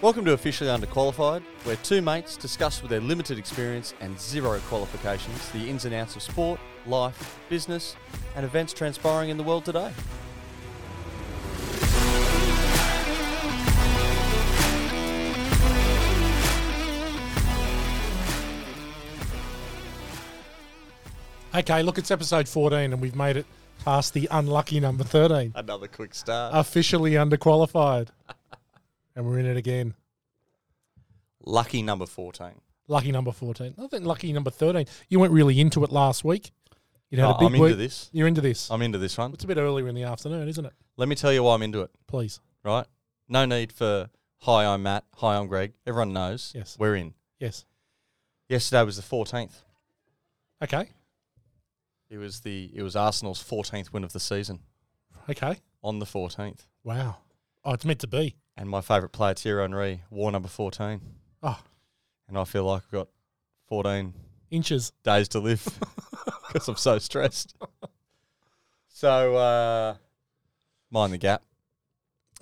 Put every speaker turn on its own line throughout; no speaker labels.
Welcome to Officially Underqualified, where two mates discuss with their limited experience and zero qualifications the ins and outs of sport, life, business, and events transpiring in the world today.
Okay, look, it's episode 14 and we've made it past the unlucky number 13.
Another quick start.
Officially underqualified. And we're in it again.
Lucky number 14.
Lucky number 14. I think lucky number 13. You weren't really into it last week. You had
Oh,
a big
I'm into
week.
this.
You're into this.
I'm into this one.
it's a bit earlier in the afternoon, isn't it?
Let me tell you why I'm into it,
Please.
right? No need for, hi, I'm Matt, hi, I'm Greg. Everyone knows
Yes.
we're in.
Yes.
Yesterday was the 14th.
Okay.
It was the it was Arsenal's 14th win of the season
Okay.
on the 14th.
Wow. Oh, it's meant to be.
And my favourite player, Thierry Henry, wore number 14.
Oh,
And I feel like I've got 14
inches.
days to live because I'm so stressed. So, uh, mind the gap.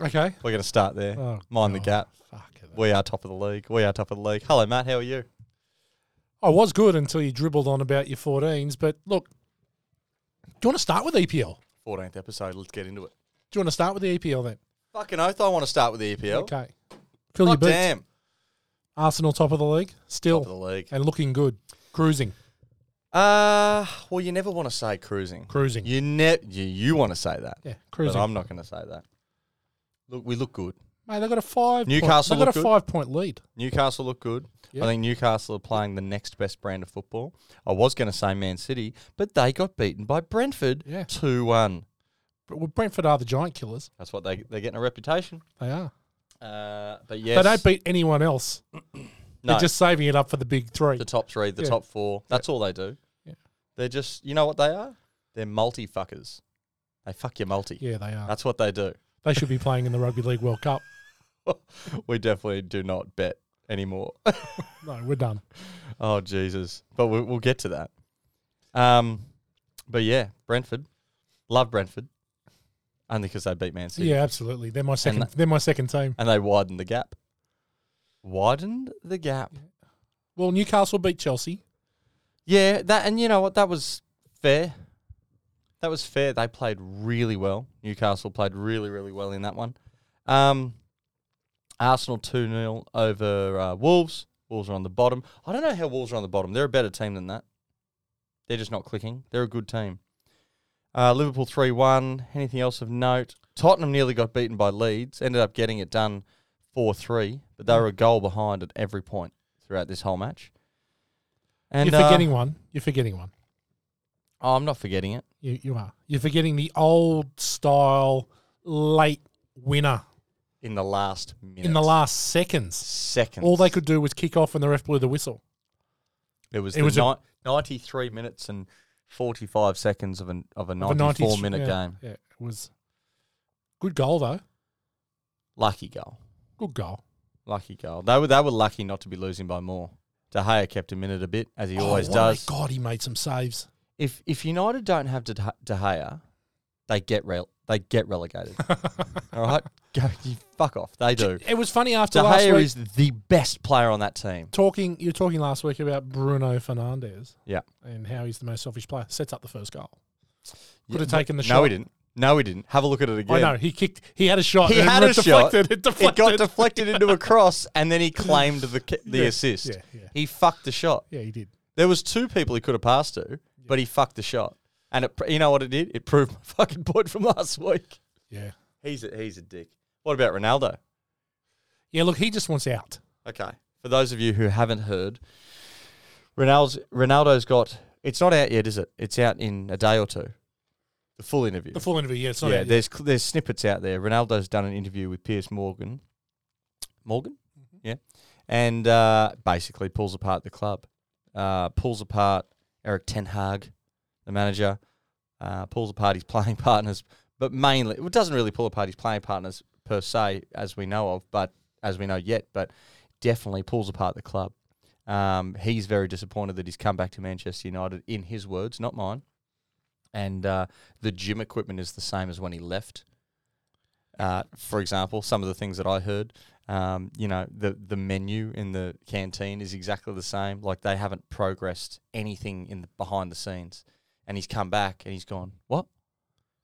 Okay.
We're going to start there.
Oh,
mind the
God.
gap.
Fuck it.
We are top of the league. We are top of the league. Hello, Matt. How are you?
I was good until you dribbled on about your 14s, but look, do you want to start with EPL?
14th episode. Let's get into it.
Do you want to start with the EPL then?
Fucking oath, I want to start with the EPL.
Okay. Fill
God
your boots.
damn.
Arsenal top of the league still
Top of the league.
and looking good, cruising,
Uh, well, you never want to say cruising.
cruising.
You, ne- you, you want to say that.
yeah,
But
cruising.
I'm not going to say that. Look, we look good.
Mate, they got a five.
Newcastle
Point, they got
look
a
good.
five point lead.
Newcastle look good.
Yeah.
I think Newcastle are playing the next best brand of football. I was going to say Man City, but they got beaten by Brentford
Yeah.
2 1.
But well, Brentford are the giant killers.
That's what they, they're getting a reputation.
They are.
Uh, but yes,
They don't beat anyone else.
no,
They're just saving it up for the big three.
the top three, the
Yeah.
top four. That's all they do.
Yeah.
They're just, you know what they are? They're multi fuckers. They fuck your multi.
yeah, they are.
That's what they do.
They should be playing in the Rugby League World Cup.
We definitely do not bet anymore.
No, we're done.
oh, Jesus. But we, we'll get to that. Um, But yeah, Brentford. Love Brentford. Only because they beat Man City.
Yeah, absolutely. They're my second.
that-
They're my second team.
and they widened the gap. Widened the gap.
Well, Newcastle beat Chelsea.
Yeah, that and you know what? That was fair. That was fair. They played really well. Newcastle played really, really well in that one. Um, Arsenal 2 0 over uh, Wolves. Wolves are on the bottom. I don't know how Wolves are on the bottom. They're a better team than that. They're just not clicking. They're a good team. Uh, Liverpool 3 1. Anything else of note? Tottenham nearly got beaten by Leeds. Ended up getting it done 4 3, but they were a goal behind at every point throughout this whole match. And
You're
uh,
forgetting one. You're forgetting one.
Oh, I'm not forgetting it.
You you are. You're forgetting the old style late winner
In the last minute.
in the last seconds.
seconds.
All they could do was kick off and the ref blew the whistle.
It was,
it
the
was a-
ni- 93 minutes and 45 seconds of, an, of a
Of a
94
93
minute
yeah,
game.
Yeah, it was good goal though.
Lucky goal.
Good goal.
Lucky goal. They were, they were lucky not to be losing by more. De Gea kept him in it a bit, as he
Oh,
always
my
does.
God, he made some saves.
If if United don't have De De Gea, they get rel- they get relegated. All right, go you fuck off. They do.
It was funny
De
after last
Gea
week
is the best player on that team.
talking. You were talking last week about Bruno Fernandez.
Yeah.
and how he's the most selfish player. Sets up the first goal.
Yeah,
Could have taken the
no,
shot.
he didn't. No, he didn't. Have a look at it again.
I know he kicked. He had a shot.
He
and
had
it
a shot.
deflected, It
it
deflected.
got deflected into a cross, and then he claimed the ki- the
Yeah,
assist.
yeah, yeah.
He fucked the shot.
yeah, he did.
There was two people he could have passed to, but he fucked the shot. And it, pr- you know what it did? It proved my fucking point from last week.
Yeah,
He's a, he's a dick. What about Ronaldo?
yeah. Look, he just wants out.
Okay. For those of you who haven't heard, Ronaldo's Ronaldo's got. It's not out yet, is it? It's out in a day or two. The full interview.
The full interview. Yeah, it's not.
yeah,
out yet.
there's cl- there's snippets out there. Ronaldo's done an interview with Piers Morgan, Morgan, yeah, and uh, basically pulls apart the club, uh, pulls apart Eric Ten Hag, the manager, uh, pulls apart his playing partners, but mainly it doesn't really pull apart his playing partners per se, as we know of, but as we know yet, but definitely pulls apart the club. Um, he's very disappointed that he's come back to Manchester United, in his words, not mine. And uh, the gym equipment is the same as when he left. Uh, for example, some of the things that I heard, um, you know, the the menu in the canteen is exactly the same. Like they haven't progressed anything in the behind the scenes, and he's come back and he's gone, what?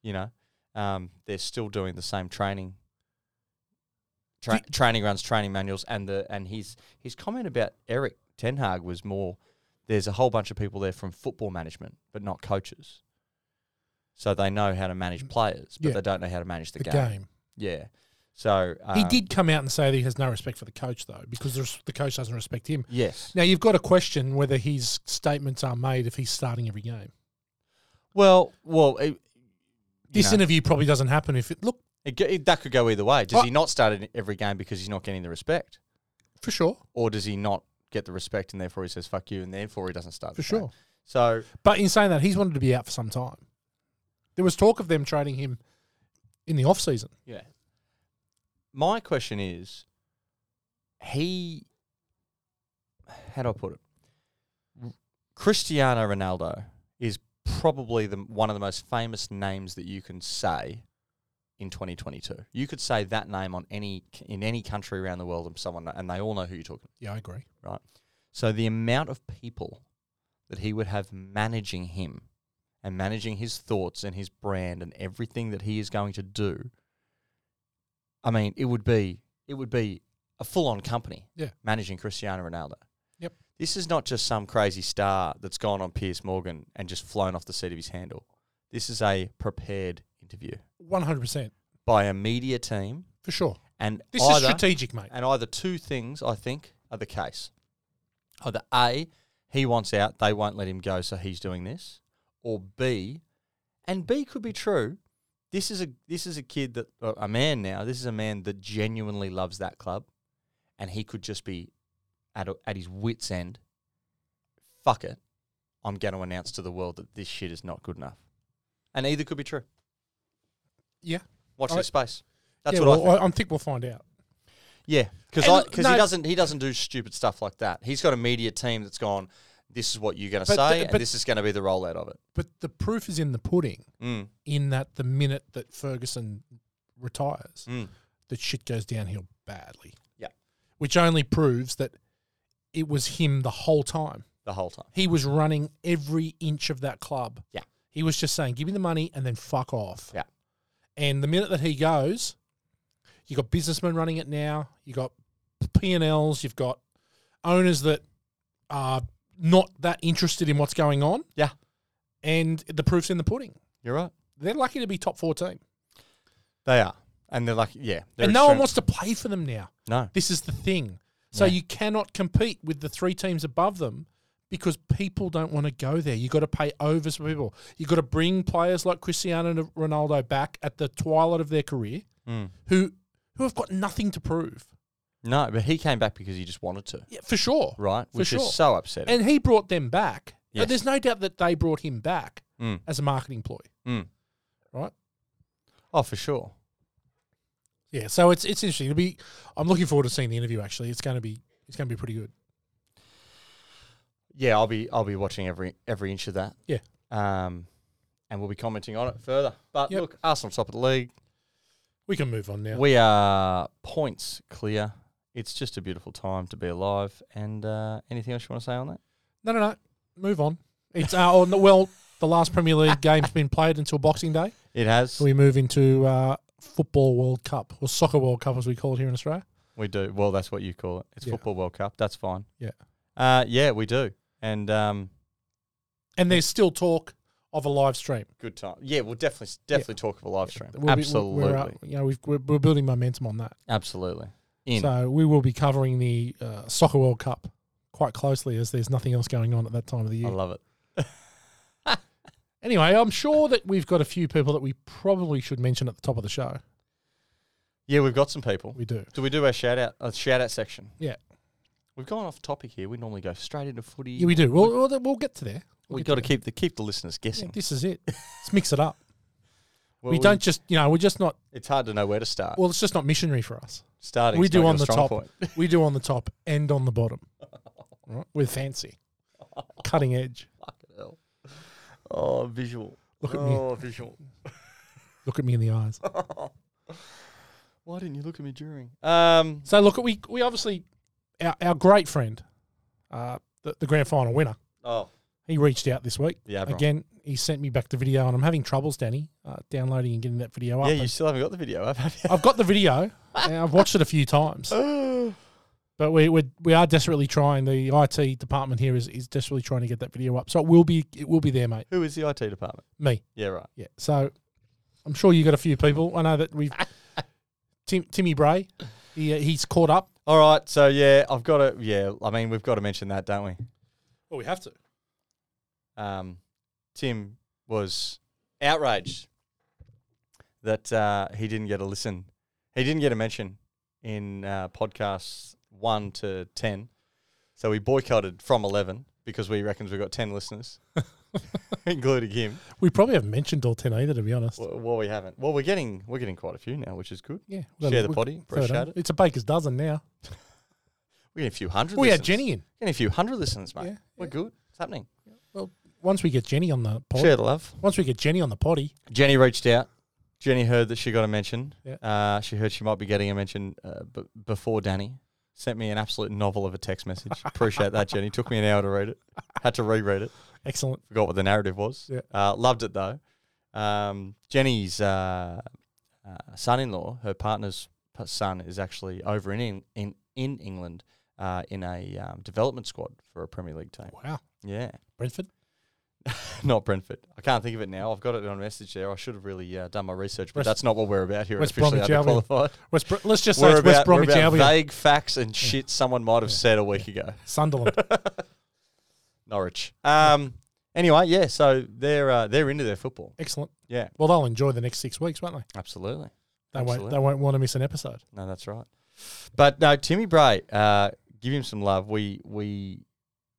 You know, um, they're still doing the same training. Tra-
Do-
training runs, training manuals, and the and his his comment about Eric Ten Hag was more. There's a whole bunch of people there from football management, but not coaches. So they know how to manage players, but
Yeah.
they don't know how to manage the,
the
game.
game.
Yeah. So um,
he did come out and say that he has no respect for the coach, though, because there's, the coach doesn't respect him.
Yes.
Now you've got to question whether his statements are made if he's starting every game.
Well, well, it, you
This
know,
interview probably doesn't happen if it look
it, go- that could go either way. Does
Oh.
he not start in every game because he's not getting the respect,
for sure,
or does he not get the respect and therefore he says "fuck you" and therefore he doesn't start?
for
the game?
sure.
So
But in saying that, he's wanted to be out for some time. There was talk of them trading him in the off season.
yeah. My question is, he, how do I put it? R- Cristiano Ronaldo is probably the one of the most famous names that you can say in 2022. You could say that name on any in any country around the world, and someone and they all know who you're talking.
Yeah, I agree.
So the amount of people that he would have managing him and managing his thoughts and his brand and everything that he is going to do, I mean, it would be it would be a full on company
Yeah.
managing Cristiano Ronaldo.
Yep.
This is not just some crazy star that's gone on Piers Morgan and just flown off the seat of his handle. This is a prepared interview
One hundred percent
by a media team
for sure.
and
This is
either
strategic, mate.
and either two things, I think, are the case. Either A, he wants out, they won't let him go, so he's doing this. Or B, and B could be true. This is a this is a kid that uh, a man now. This is a man that genuinely loves that club, and he could just be at a, at his wits end. Fuck it, I'm going to announce to the world that this shit is not good enough, and either could be true.
Yeah,
Watch
I-
this space. That's
yeah,
what I
well,
think.
I, I think we'll find out.
Yeah, because
And
I
look,
because
no-
he doesn't he doesn't do stupid stuff like that. He's got a media team that's gone. This is what you're going to
But
say,
th- but-
and this is going to be the rollout of it.
But the proof is in the pudding.
Mm,
In that the minute that Ferguson retires,
mm.
that shit goes downhill badly.
Yeah.
Which only proves that it was him the whole time.
The whole time.
He was running every inch of that club.
Yeah.
He was just saying, give me the money and then fuck off.
Yeah.
And the minute that he goes, you got businessmen running it now, you got P&Ls, you've got owners that are not that interested in what's going on.
Yeah.
And the proof's in the pudding.
You're right.
They're lucky to be top four team.
They are, and they're like, yeah, they're
and no one
extreme-
wants to play for them now.
No,
This is the thing. So
Yeah.
you cannot compete with the three teams above them because people don't want to go there. You've got to pay overs for people. You've got to bring players like Cristiano Ronaldo back at the twilight of their career
Mm.
who who have got nothing to prove.
no. But he came back because he just wanted to,
Yeah, for sure.
right?
For
Which
sure.
is so upsetting.
And he brought them back. But
Yes.
There's no doubt that they brought him back
Mm.
as a marketing ploy,
Mm.
right?
Oh, for sure.
Yeah, so it's it's interesting. It'll be I'm looking forward to seeing the interview actually. It's going to be it's going to be pretty good.
Yeah, I'll be I'll be watching every every inch of that.
Yeah.
Um, and we'll be commenting on it further. But
Yep.
look, Arsenal top of the league.
We can move on now.
We are points clear. It's just a beautiful time to be alive. And uh, anything else you want to say on that?
No, no, no. Move on. It's uh, on the, well, the last Premier League game's been played until Boxing Day.
It has. We,
We move into uh, Football World Cup or Soccer World Cup, as we call it here in Australia.
do. Well, that's what you call it. It's
Yeah.
Football World Cup. That's fine.
Yeah.
Uh, yeah, we do. And um,
And there's still talk of a live stream.
good time. Yeah, we'll definitely definitely talk of a live stream.
We'll be-
Absolutely.
we're, uh, you know, we've, we're, we're building momentum on that.
Absolutely. In.
So we will be covering the uh, Soccer World Cup quite closely, as there's nothing else going on at that time of the
I
year.
love it.
Anyway, I'm sure that we've got a few people that we probably should mention at the top of the show.
Yeah, we've got some people.
We do.
Do we do our shout out a shout out section?
Yeah.
We've gone off topic here. We normally go straight into footy.
Yeah, we do. We'll, we'll, we'll get to there. We'll
we
get
got to
there.
keep the keep the listeners
Yeah,
guessing.
this is it. Let's mix it up.
Well,
we don't just, you know, we're just not.
It's hard to know where to start.
Well, it's just not missionary for us.
Starting.
we
is
do
not
on
your
the
strong
top.
point.
We do on the top and on the bottom. Right? We're fancy, cutting edge.
Fucking hell. Oh, visual.
Look at me.
oh, visual.
Look at me in the eyes.
Why didn't you look at me during? Um,
So look, we we obviously our, our great friend, uh, the, the grand final winner.
oh,
He reached out this week
yeah, Avron.
again. He sent me back the video, and I'm having troubles, Danny, uh, downloading and getting that video up.
Yeah,
And
you still haven't got the video up, have you?
I've got the video. and I've watched it a few times, but we we we are desperately trying. The IT department here is, is desperately trying to get that video up, so it will be it will be there, mate.
Who is the IT department?
Me,
Yeah, right.
yeah. So I'm sure you got a few people. I know that we've Tim, Timmy Bray. He, uh, he's caught up.
All right, so yeah, I've got to. Yeah, I mean, we've got to mention that, don't we?
Well, we have to.
um, Tim was outraged that uh, he didn't get a listen. He didn't get a mention in uh, podcasts one to ten, so we boycotted from eleven because we reckons we've got ten listeners, including him.
We probably haven't mentioned all ten either, to be honest.
Well, well, we haven't. Well, we're getting we're getting quite a few now, which is good.
Yeah.
Share the
we-
potty,
throw it
appreciate
on.
it.
It's a baker's dozen now.
We're getting a few hundred.
We had
listeners.
Jenny in.
Getting a few hundred listeners, mate.
Yeah,
We're
yeah.
good. It's happening.
Once we get Jenny on the potty,
Share the love.
once we get Jenny on the potty,
Jenny reached out. Jenny heard that she got a mention.
Yeah.
Uh, she heard she might be getting a mention uh, b- before Danny. Sent me an absolute novel of a text message. Appreciate that, Jenny. Took me an hour to read it. Had to reread it.
excellent.
Forgot what the narrative was.
Yeah.
Uh, loved it though. Um, Jenny's uh, uh, son-in-law, her partner's p- son, is actually over in Eng- in in England uh, in a um, development squad for a Premier League team.
Wow,
Yeah
Brentford.
not Brentford. I can't think of it now. I've got it on message there. I should have really uh, done my research, but
West-
that's not what we're about here. at
West
officially
Bromwich Albion.
underqualified.
West. Br- let's just say
We're
it's West
about, we're
Bromwich
about
Albion,
vague facts and shit someone might have said a week ago.
Sunderland.
Norwich. Um. Anyway, yeah. So they're uh, they're into their football.
excellent.
Yeah.
Well, they'll enjoy the next six weeks, won't they?
Absolutely.
They
Absolutely.
won't. They won't want to miss an episode.
No, that's right. But no, Timmy Bray, uh, give him some love. We we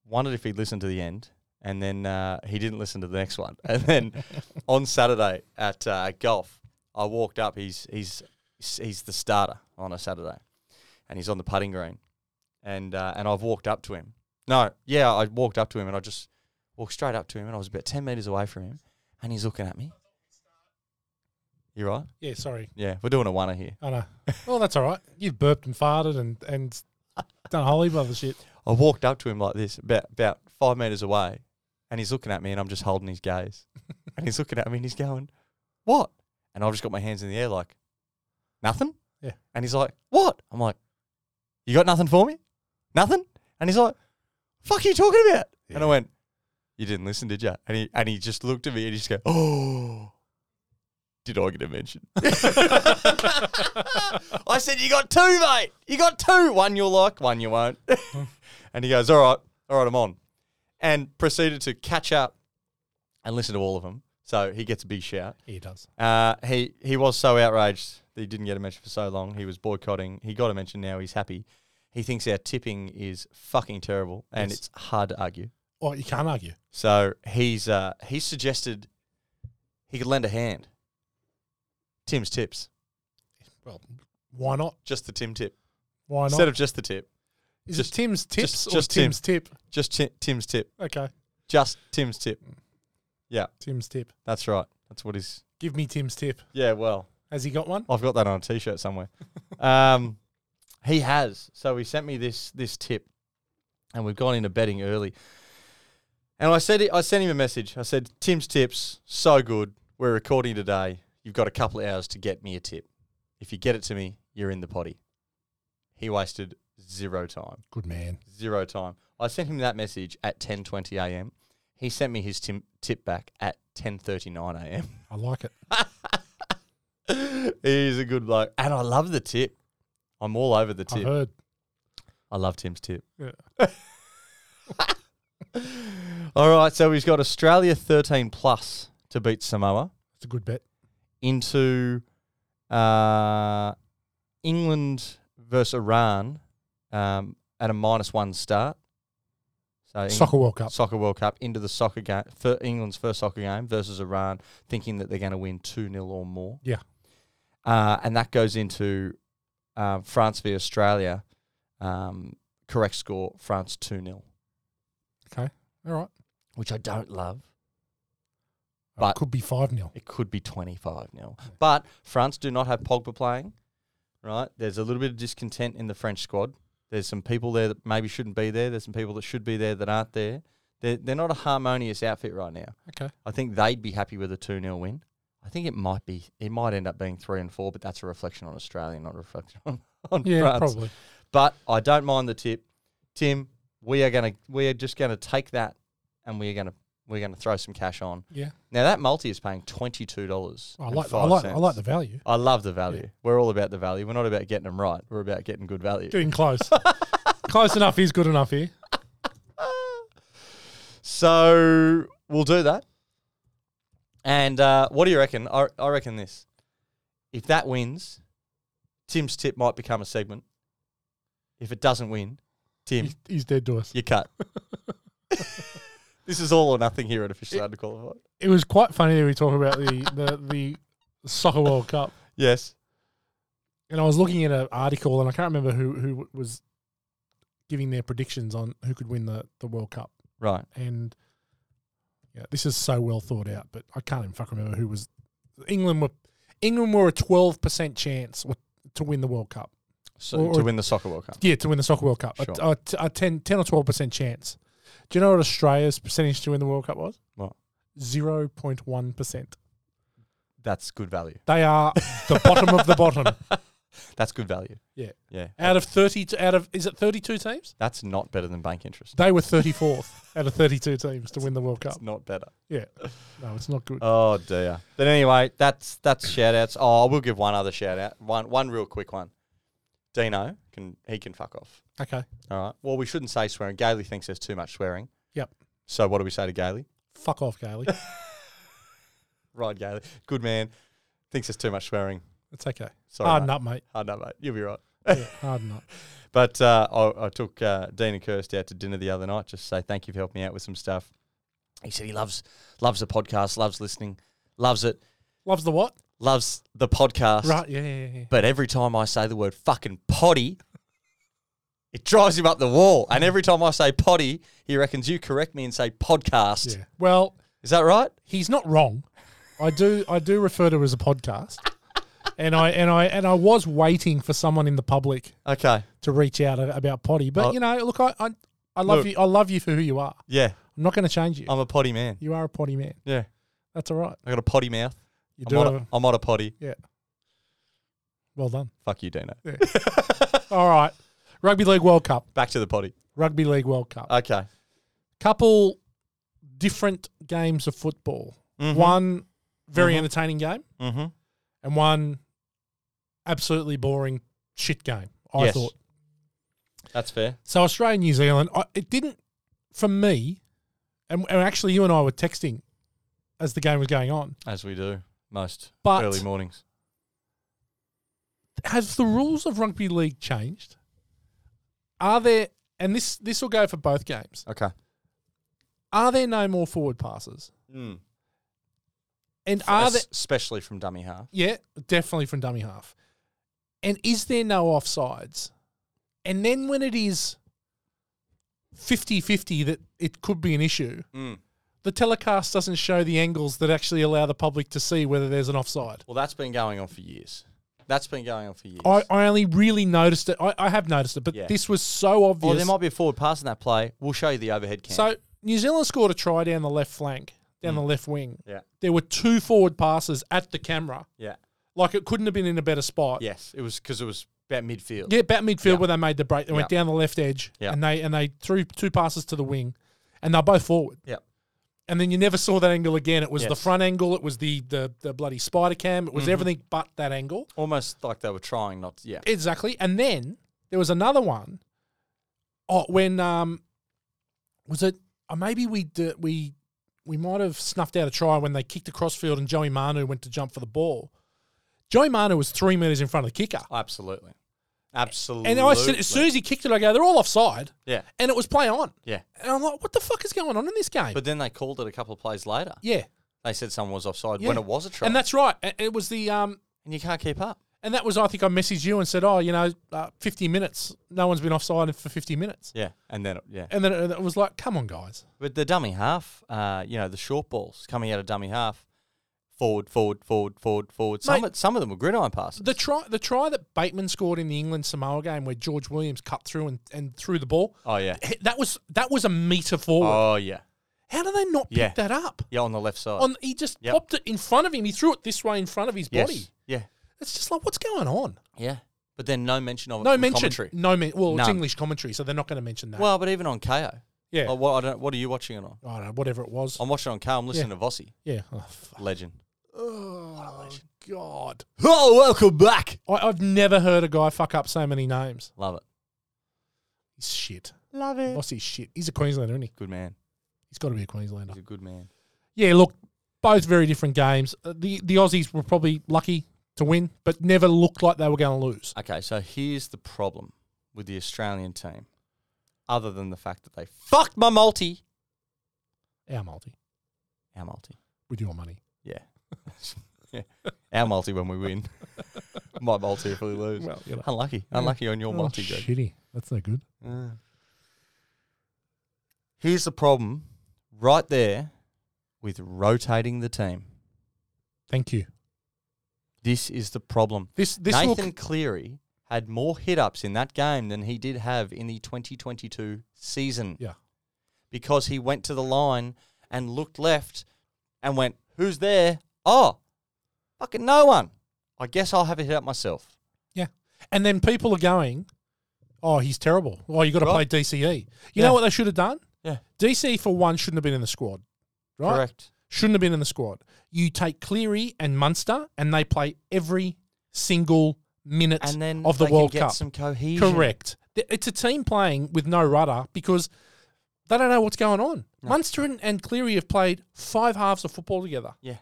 wondered if he'd listen to the end, and then uh, he didn't listen to the next one. And then on Saturday at uh, golf, I walked up. He's he's he's the starter on a Saturday, and he's on the putting green, and uh, and I've walked up to him. No, yeah, I walked up to him, and I just walked straight up to him, and I was about ten meters away from him, and he's looking at me. You right?
Yeah. Sorry.
Yeah, we're doing a one here.
I know. well, that's all right. You've burped and farted and and done a whole heap of other shit.
I walked up to him like this, about about five meters away, and he's looking at me, and I'm just holding his gaze, and he's looking at me, and he's going, "What?" And I've just got my hands in the air, like nothing.
Yeah.
And he's like, "What?" I'm like, "You got nothing for me? Nothing?" And he's like, "Fuck are you talking about?" And I went, "You didn't listen, did you?" And he and he just looked at me, and he just go, "Oh." Did I get a mention? I said, You got two, mate. You got two. One you'll like, one you won't. And he goes, All right, all right, I'm on. And proceeded to catch up and listen to all of them. So he gets a big shout.
He does.
Uh, he, he was so outraged that he didn't get a mention for so long. He was boycotting. He got a mention now. He's happy. He thinks our tipping is fucking terrible and
Yes.
it's hard to argue.
Oh, you can't argue.
So he's uh, he suggested he could lend a hand. Tim's tips,
Well, why not?
just the Tim tip
Why not?
instead of just the tip,
Is
just-
it Tim's tips
just-
or
just Tim.
Tim's tip?
just Ti- Tim's tip,
Okay.
just Tim's tip.
Tim's tip.
That's right. That's what he's.
Give me Tim's tip.
Yeah, well,
Has he got one?
I've got that on a t-shirt somewhere. um, he has. So he sent me this this tip, and we've gone into betting early. And I said I sent him a message. I said, "Tim's tips so good. We're recording today. You've got a couple of hours to get me a tip. If you get it to me, you're in the potty." He wasted zero time.
Good man.
Zero time. I sent him that message at 10:20 a.m. He sent me his tim- tip back at 10:39 a.m.
I like it.
He's a good bloke. And I love the tip. I'm all over the
I've
tip.
heard.
I love Tim's tip.
Yeah.
All right, so he's got Australia 13 plus to beat Samoa
It's a good bet.
into uh, England versus Iran um, at a minus one start. So Eng-
Soccer World Cup.
Soccer World Cup into the soccer game, for England's first soccer game versus Iran, thinking that they're going to win 2 0 or more.
Yeah.
Uh, and that goes into uh, France v Australia. Um, correct score, France 2 0,
All right.
which I don't love.
Oh,
But-
it could be 5 0.
It could be 25 0. But France do not have Pogba playing, right? There's a little bit of discontent in the French squad. There's some people there that maybe shouldn't be there. There's some people that should be there that aren't there. They're, they're not a harmonious outfit right now.
Okay.
I think they'd be happy with a 2 0 win. I think it might be, it might end up being three and four, but that's a reflection on Australia, not a reflection on, on
Yeah,
France.
probably.
But I don't mind the tip, Tim. We are gonna, we are just gonna take that, and we're gonna, we're gonna throw some cash on.
Yeah.
Now that multi is paying twenty two dollars.
Oh, I like I like I like the value.
I love the value. We're all about the value. We're not about getting them right. We're about getting good value.
Getting close. close enough is good enough here.
So we'll do that. And uh, what do you reckon? I, I reckon this. If that wins, Tim's tip might become a segment. If it doesn't win, Tim,
He's, he's dead to us.
you cut. this is all or nothing here at Official Underqualified.
It was quite funny that we talk about the, the the soccer World Cup.
Yes.
And I was looking at an article, and I can't remember who who was giving their predictions on who could win the, the World Cup.
Right.
And yeah, this is so well thought out, but I can't even fucking remember who was. England were England were a twelve percent chance w- to win the World Cup.
So
Or-
to
or-
win the Soccer World Cup.
Yeah, to win the Soccer World Cup, A-
Sure.
a, t- a 10, 10 or twelve percent chance. Do you know what Australia's percentage to win the World Cup was?
What?
Zero point one percent.
That's good value.
They are the bottom of the bottom.
That's good value.
Yeah.
Yeah.
Out of thirty, t- out of is it thirty-two teams?
That's not better than bank interest.
They were thirty-fourth out of thirty-two teams to win the World Cup.
It's not better.
No, it's not good.
Oh dear. But anyway, that's that's shout outs. Oh, I will give one other shout out. One one real quick one. Dino can he can fuck off.
Okay,
All right. Well, we shouldn't say swearing. Gailey thinks there's too much swearing.
Yep.
So what do we say to Gailey?
fuck off, Gailey.
Right, Gailey. Good man. Thinks there's too much swearing.
It's okay.
Sorry.
hard
mate.
nut, mate.
Hard nut, mate. You'll be right.
Yeah, hard nut.
But uh, I, I took uh, Dean and Kirst out to dinner the other night just to say thank you for helping me out with some stuff. He said he loves loves the podcast, loves listening, loves it,
Loves the what?
loves the podcast.
Right. Yeah, yeah, yeah.
But every time I say the word fucking potty, it drives him up the wall. And every time I say potty, he reckons you correct me and say podcast.
yeah. Yeah. Well,
Is that right?
he's not wrong. I do. I do refer to it as a podcast, and I and I and I was waiting for someone in the public
Okay.
to reach out a- about potty. But
Oh.
you know, look, I I, I love
Look.
you. I love you for who you are.
Yeah.
I'm not going to change you.
I'm a potty man.
you are a potty man.
Yeah.
That's all right.
I got a potty mouth.
You
I'm
do.
not
Have,
a, I'm not a potty.
well done.
Fuck you, Dino.
All right. Rugby League World Cup.
Back to the potty.
Rugby League World Cup.
Okay.
couple different games of football.
Mm-hmm.
One very
Mhm.
entertaining game,
Mm-hmm.
and one absolutely boring shit game. I
Yes.
thought
That's fair.
so. Australia, New Zealand. I, it didn't for me, and, and actually, you and I were texting as the game was going on.
As we do most
But-
early mornings.
Has the rules of rugby league changed? Are there and this this will go for both games.
Okay.
Are there no more forward passes?
Mm.
And are there
Especially from dummy half.
Yeah, definitely from dummy half. And is there no offsides? And then when it is 50 50 that it could be an issue,
Mm.
the telecast doesn't show the angles that actually allow the public to see whether there's an offside.
Well, that's been going on for years. That's been going on for years.
I, I only really noticed it. I, I have noticed it, but
Yeah.
this was so
Well,
obvious.
Oh, there might be a forward pass in that play. We'll show you the overhead cam.
so New Zealand scored a try down the left flank, down
Mm.
the left wing.
Yeah.
There were two forward passes at the camera.
yeah.
Like it couldn't have been in a better spot.
Yes, it was because it was about midfield.
Yeah, back midfield where they made the break. They went
Yeah.
down the left edge
Yeah.
and they and they threw two passes to the wing and they're both forward.
Yeah.
And then you never saw that angle again. It was the
Yes. Mm-hmm.
front angle, it was the the, the bloody spider cam, it was everything but that angle.
Almost like they were trying not to. Yeah.
Exactly. And then there was another one. Oh, when um was it or maybe we d- we we might have snuffed out a try when they kicked across field and Joey Manu went to jump for the ball. Joey Manu was three metres in front of the kicker.
Absolutely. Absolutely.
And I said, as soon as he kicked it, I go, they're all offside.
Yeah.
And it was play on.
Yeah.
And I'm like, what the fuck is going on in this game?
But then they called it a couple of plays later.
yeah.
They said someone was offside
Yeah.
when it was a try.
And
And,
that's right. A- It was the, um,
you can't keep up.
and that was, I think I messaged you and said, oh, you know, uh, 50 minutes. No one's been offside for 50 minutes.
Yeah. And then, yeah.
And then it it was like, come on, guys.
But the dummy half, uh, you know, the short balls coming out of dummy half, forward, forward, forward, forward, forward. Some
Mate.
some of them were gridiron passes.
The try, the try that Bateman scored in the England Samoa game, where George Williams cut through and, and threw the ball,
oh yeah,
he- that was that was a meter forward.
oh yeah,
How do they not pick
Yeah.
that up?
yeah on the left side.
On he just
Yep.
popped it in front of him. He threw it this way in front of his
yes.
body.
yeah,
It's just like what's going on?
yeah. But then no mention of it.
No
from
mention.
Commentary.
No men. Well, it's
None.
English commentary, so they're not going to mention that.
Well, but even on KO.
yeah.
Oh, what, I don't, what are you watching it on?
I don't know. Whatever it was.
I'm watching it on KO. I'm listening to Vossi,
yeah. Oh, fuck.
legend.
oh God.
Oh, welcome back.
I, I've never heard a guy fuck up so many names.
Love it.
He's shit.
Love it.
Boss is shit. He's a Queenslander, isn't he?
Good man.
He's got to be a Queenslander.
He's a good man.
Yeah, look, both very different games. Uh, The the Aussies were probably lucky to win, but never looked like they were going to lose.
Okay, so here's the problem with the Australian team, other than the fact that they fucked my multi.
Our multi.
Our multi.
With your money.
Yeah. yeah. Our multi when we win. my multi if we lose.
Well, you know.
Unlucky. Unlucky on your
Oh,
multi, Greg.
shitty. That's no good.
Yeah. Here's the problem right there with rotating the team.
Thank you.
This is the problem.
This this
Nathan
will
Cleary had more hit ups in that game than he did have in the 2022 season
yeah.
because he went to the line and looked left and went, Who's there? Oh, fucking no one. I guess I'll have a hit up myself.
Yeah. And then people are going, "Oh, he's terrible. Oh, you got to play
Right.
DCE." You
Yeah.
know what they should have done?
Yeah.
DCE for one shouldn't have been in the squad. Right?
Correct.
Shouldn't have been in the squad. You take Cleary and Munster and they play every single minute
And then
of the
they
World
can get
Cup.
some cohesion.
Correct. Th- It's a team playing with no rudder because they don't know what's going on. Munster and, and Cleary have played five halves of football together,
Yeah.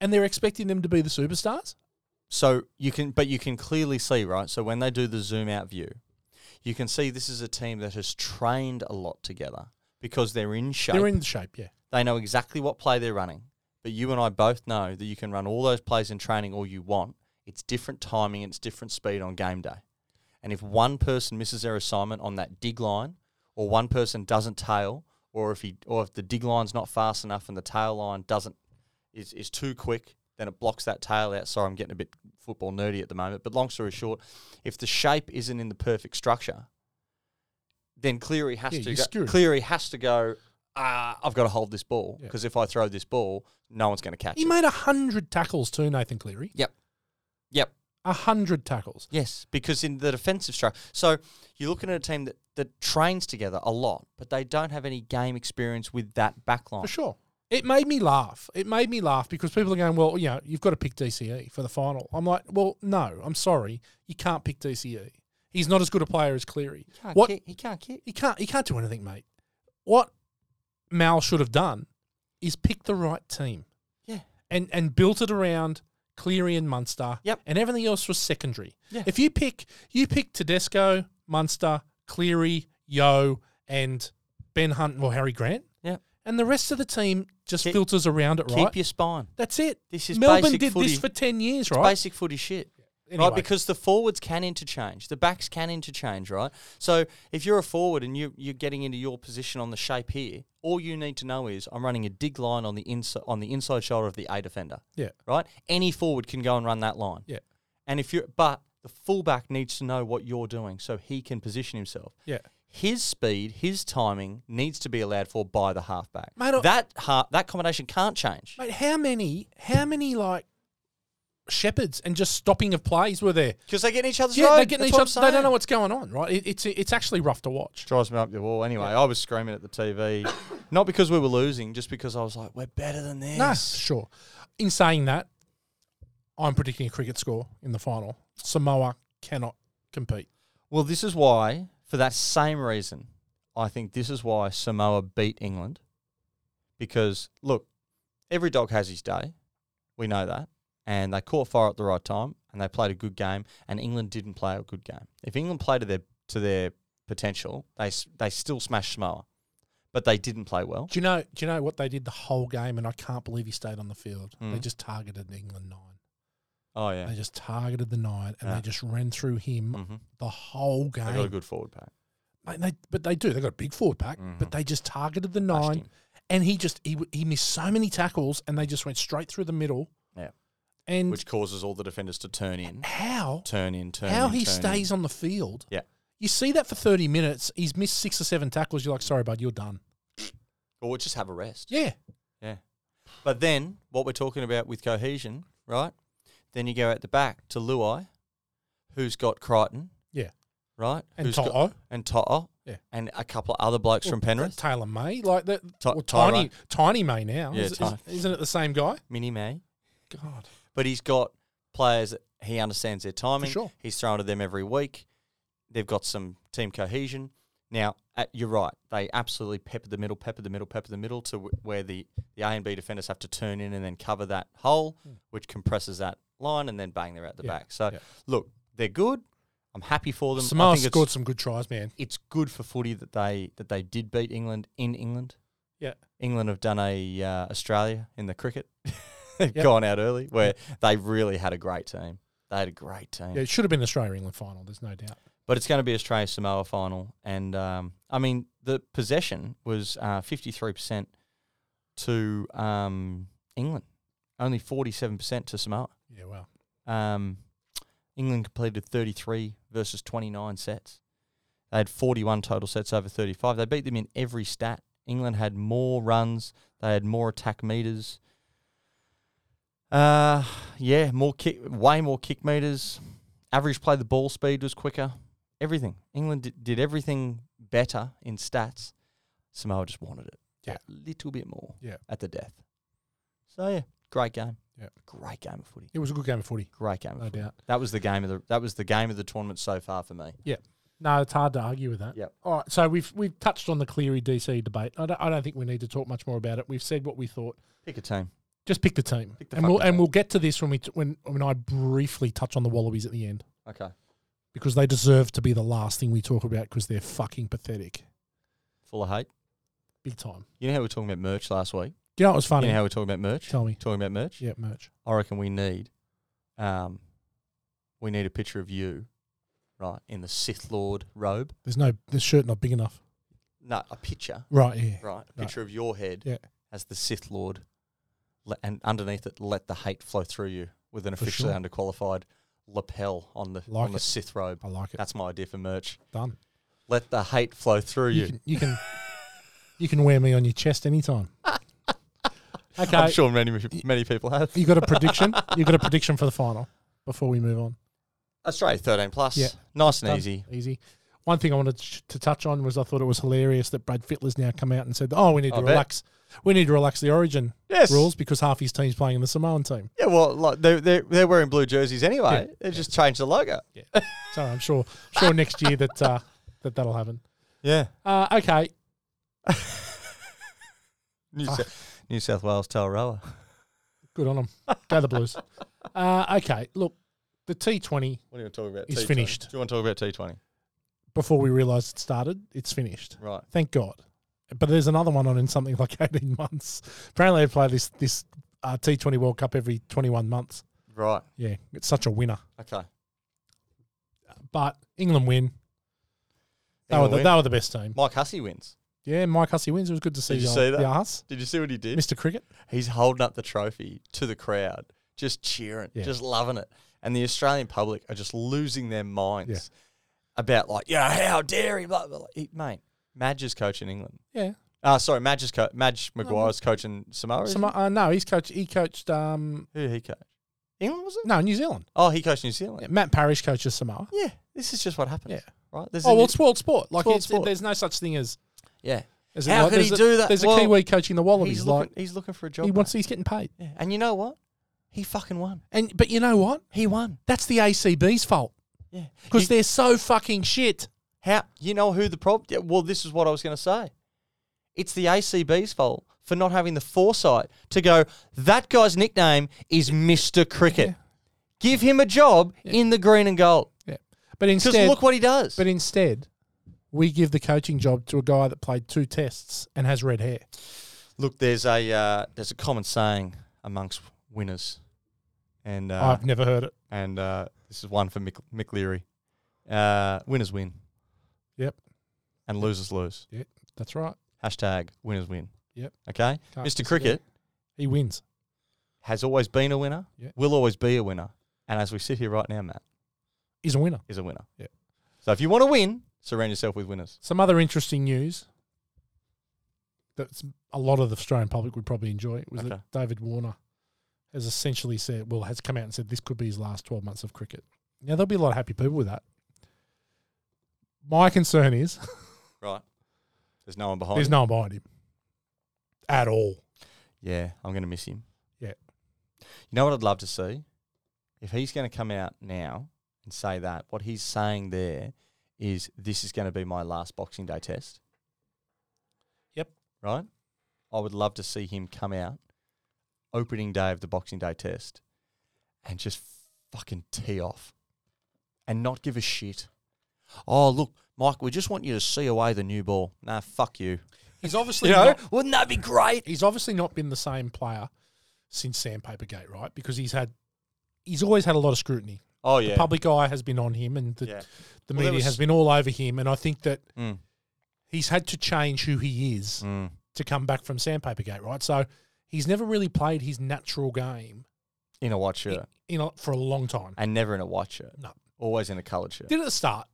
and they're expecting them to be the superstars.
So you can, but you can clearly see, right? So when they do the zoom out view, you can see this is a team that has trained a lot together because they're in shape.
They're in shape, yeah.
they know exactly what play they're running. But you and I both know that you can run all those plays in training all you want. It's different timing, it's different speed on game day. And if one person misses their assignment on that dig line, or one person doesn't tail, or if he or if the dig line's not fast enough and the tail line doesn't is, is too quick, then it blocks that tail out. Sorry, I'm getting a bit football nerdy at the moment. But long story short, if the shape isn't in the perfect structure, then Cleary has
Yeah,
to
you're
go,
screwed.
Cleary has to go. Ah, I've got to hold this ball
Yeah.
because if I throw this ball, no one's going to catch
He
it.
made a hundred tackles too, Nathan Cleary.
yep, yep.
A hundred tackles.
Yes, because in the defensive structure, so you're looking at a team that, that trains together a lot, but they don't have any game experience with that back line.
For sure. Oh. It made me laugh. It made me laugh because people are going, well, you know, you've got to pick DCE for the final. I'm like, well, no, I'm sorry. You can't pick DCE. He's not as good a player as Cleary.
He can't
What
kick. He can't kick.
he can't he can't do anything, mate. What Mal should have done is pick the right team
Yeah,
and and built it around Cleary and Munster.
Yep.
And everything else was secondary.
Yeah.
If you pick you pick Tedesco, Munster, Cleary, Yo, and Ben Hunt or Harry Grant,
yeah.
and the rest of the team just
Keep-
filters around it, right?
Keep your spine.
That's it.
This is
Melbourne
basic
did
footy.
this for ten years,
It's
right?
basic footy shit.
Anyway.
Right, because the forwards can interchange, the backs can interchange, right? So if you're a forward and you you're getting into your position on the shape here, all you need to know is I'm running a dig line on the inside on the inside shoulder of the A defender,
yeah,
right? Any forward can go and run that line.
yeah,
And if you're, but the fullback needs to know what you're doing so he can position himself.
yeah.
His speed, his timing needs to be allowed for by the halfback.
Mate, I-
that ha- that combination can't change.
Mate, how many how many like shepherds and just stopping of plays were there?
Because they get in each other's
Yeah,
road.
they're getting
That's
each
what
other.
I'm
They don't
saying.
know what's going on, right? It, it's it's actually rough to watch.
drives me up the wall. Anyway, I was screaming at the TV, not because we were losing, just because I was like, "We're better than this."
No, sure. In saying that, I'm predicting a cricket score in the final. Samoa cannot compete.
Well, this is why, for that same reason, I think this is why Samoa beat England. Because, look, every dog has his day. We know that. And they caught fire at the right time and they played a good game, and England didn't play a good game. If England played to their, to their potential, they, s- they still smashed Samoa, but they didn't play well.
Do you know? Do you know what they did the whole game? And I can't believe he stayed on the field.
Hmm.
They just targeted England nine.
Oh,
They
yeah.
just targeted the nine, and
Yeah.
they just ran through him
Mhm.
the whole game.
They got a good forward pack.
Mate, they, but they do. They got a big forward pack, but they just targeted the
Mm-hmm. Bashed
nine,
him.
and he just he w- he missed so many tackles, and they just went straight through the middle.
Yeah.
And
which causes all the defenders to turn in,
how
turn in, turn
how
in.
he
turn in.
stays on the field.
Yeah.
You see that for 30 minutes, he's missed six or seven tackles. You're like, sorry, bud, you're done.
Or just have a rest.
Yeah.
Yeah. But then what we're talking about with cohesion, right? Then you go out the back to Luai, who's got Crichton,
Yeah.
right?
And
Who's
Toto.
got- and Toto.
Yeah.
And a couple of other blokes from Penrith.
Taylor May. Like that.
Ti-
well, tiny, tiny May now.
Yeah,
is, is,
Ti-
isn't it the same guy?
Mini May.
God.
But he's got players that he understands their timing.
sure.
He's thrown to them every week. They've got some team cohesion. Now, uh you're right. They absolutely pepper the middle, pepper the middle, pepper the middle to wh- where the, the A and B defenders have to turn in and then cover that hole, which compresses that line, and then bang, they're out the
Hmm. Yeah,
back. So,
yeah.
look, they're good. I'm happy for them. I
Samoa
think
scored
It's,
some good tries, man.
it's good for footy that they that they did beat England in England.
Yeah.
England have done a uh, Australia in the cricket. They've
Yep.
gone out early where they really had a great team. They had a great team.
Yeah, it should have been Australia England final. There's no doubt.
But it's going to be Australia Samoa final, and um, I mean the possession was fifty three percent to um, England, only forty seven percent to Samoa.
Yeah, wow.
Um, England completed thirty three versus twenty nine sets. They had forty one total sets over thirty five. They beat them in every stat. England had more runs. They had more attack meters. Uh, yeah, more kick, way more kick meters. Average play, the ball speed was quicker. Everything. England did, did everything better in stats. Samoa just wanted it
Yeah.
a little bit more.
Yeah.
at the death. So yeah, great game.
Yeah.
great game of footy.
It was a good game of footy,
Great game of
no
footy.
doubt.
That was the game of the that was the game of the tournament so far for me.
No, it's hard to argue with that.
Yep.
All right, so we've we've touched on the Cleary DC debate. I don't, I don't think we need to talk much more about it. We've said what we thought.
Pick a team.
Just pick the team,
Pick the
and we'll
fucking
and
team.
we'll get to this when we t- when when I briefly touch on the Wallabies at the end
Okay.
because they deserve to be the last thing we talk about because they're fucking pathetic,
Full of hate.
big time.
You know how we were talking about merch last week?
Do you know what was funny?
You know how we were talking about merch?
Tell me.
Talking about merch?
Yeah, merch.
I reckon we need um we need a picture of you, right, in the Sith Lord robe.
There's no this shirt not big enough.
No, a picture.
Right. Yeah.
Right. A picture of your head
Yeah.
as the Sith Lord. Le- and underneath it, let the hate flow through you with an
For
officially
sure.
underqualified lapel on the
Like
on the
it.
Sith robe.
I like it.
That's my idea for merch.
Done.
Let the hate flow through you.
You can you can you can wear me on your chest anytime. Okay.
I'm sure many many people have.
You got a prediction? you got a prediction for the final before we move on.
Australia 13 plus.
Yeah.
Nice and
Done.
easy.
Easy. One thing I wanted to to touch on was I thought it was hilarious that Brad Fittler's now come out and said, "Oh, we need to
I bet.
relax. We need to relax the Origin
Yes.
rules because half his team's playing in the Samoan team."
Yeah, well, like they're, they're, they're wearing blue jerseys anyway.
Yeah.
They just changed the logo.
So I'm sure, sure next year that uh, that that'll happen.
Yeah.
Uh, okay,
New,
Ah.
Sou- New South Wales Tallaroa.
good on them. Go the Blues. Uh, okay, look, the T20
What are you talking about?
It's T20? finished. Do
you want to talk about T20?
before we realised it started, it's finished.
Right.
Thank God. But there's another one on in something like 18 months. Apparently, they play this this uh, T20 World Cup every 21 months.
Right.
Yeah, it's such a winner.
Okay.
But England win. They were,
England
the,
win.
they were the best team.
Mike Hussey wins.
Yeah, Mike Hussey wins. It was good to see
Did you
the,
see that?
the arse.
Did you see what he did?
Mr. Cricket.
He's holding up the trophy to the crowd, just cheering,
Yeah.
just loving it. And the Australian public are just losing their minds about, like, yeah, how dare he? Blah, blah, blah. He- Mate, Madge is coaching England.
Yeah.
Uh, sorry, Madge, is co- Madge
Oh,
McGuire's coaching Samoa. isn't
Some, uh, no, he's coached. He coached. Um,
he? Who did he coach? England, was it?
no, New Zealand.
Oh, he coached New Zealand.
Yeah, Matt Parrish coaches Samoa.
Yeah, this is just what happens.
Yeah.
Right? There's a
Oh well,
new-
it's world sport. Like
It's world
it's,
sport.
there's no such thing as.
yeah.
as
How
like,
could
there's
he
a-
do that?
There's
Well,
a Kiwi coaching the Wallabies.
He's
like
looking, he's looking for a job.
he wants.
mate.
He's getting paid.
yeah. And you know what? He fucking won.
And but you know what?
He won.
That's the ACB's fault
Yeah.
because
He-
they're so fucking shit.
How you know who the problem? Yeah, well, this is what I was going to say. It's the ACB's fault for not having the foresight to go. That guy's nickname is Mister Cricket.
Yeah.
Give him a job in the green and gold
Yeah. But
because
instead,
look what he does.
but instead, we give the coaching job to a guy that played two tests and has red hair.
look, there's a uh, there's a common saying amongst winners, and uh,
I've never heard it.
and uh, this is one for Mick, Mick Leary. Uh, winners win
Yep.
and losers lose.
Yeah, that's right.
Hashtag winners win.
Yep.
Okay,
Can't
Mister
disagree.
Cricket
He wins.
has always been a winner,
Yeah.
will always be a winner, and as we sit here right now, Matt
He's a winner.
is a winner.
Yeah.
So if you want to win, surround yourself with winners.
Some other interesting news that a lot of the Australian public would probably enjoy was
Okay.
that David Warner has essentially said, well, has come out and said this could be his last 12 months of cricket. Now, there'll be a lot of happy people with that. My concern is
Right. There's no one behind.
there's
him.
no one behind him at all.
yeah, I'm going to miss him.
Yeah.
You know what I'd love to see? If he's going to come out now and say that, what he's saying there is this is going to be my last Boxing Day test.
Yep.
Right? I would love to see him come out opening day of the Boxing Day test and just fucking tee off and not give a shit. Oh, look, Mike, we just want you to see away the new ball. Nah, fuck you.
He's
You
obviously
know,
not,
wouldn't that be great?
he's obviously not been the same player since Sandpaper Gate, right? Because he's had he's always had a lot of scrutiny.
Oh
The
yeah,
public eye has been on him and the,
yeah,
the
Well, there
media
was-
has been all over him. And I think that
mm,
he's had to change who he is
mm.
to come back from Sandpaper Gate, right? So he's never really played his natural game
in a white shirt
you know, for a long time.
and never in a white shirt.
No.
always in a coloured shirt.
Did at the start.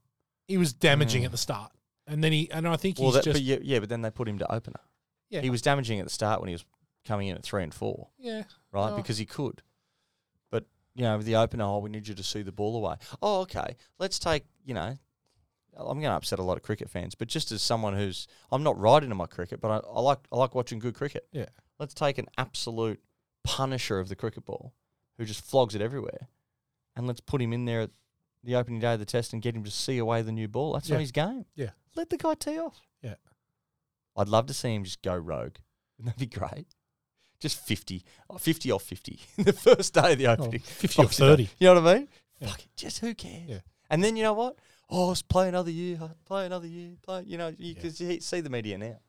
He was damaging at the start. And then he, and I think he's
Mm. Well, that,
just,
but yeah, yeah, but then they put him to opener.
Yeah.
he was damaging at the start when he was coming in at three and four,
yeah.
right?
Oh.
Because he could. But you know, with the opener, oh, we need you to see the ball away. Oh, okay. Let's take you know. I'm going to upset a lot of cricket fans, but just as someone who's, I'm not right into my cricket, but I, I like I like watching good cricket.
Yeah.
Let's take an absolute punisher of the cricket ball, who just flogs it everywhere, and let's put him in there at the opening day of the test and get him to see away the new ball. That's
Yeah.
not his game.
Yeah.
Let the guy tee off.
Yeah.
I'd love to see him just go rogue. Wouldn't that be great? Just 50, oh, 50 off 50 the first day of the
Oh,
opening.
50 or
Boxing Day.
30.
You know what I mean?
Yeah.
Fuck it, just who cares?
Yeah.
And then you know what? Oh, let's play another year, huh? play another year, play. You know, you
Yeah.
can see- see the media now.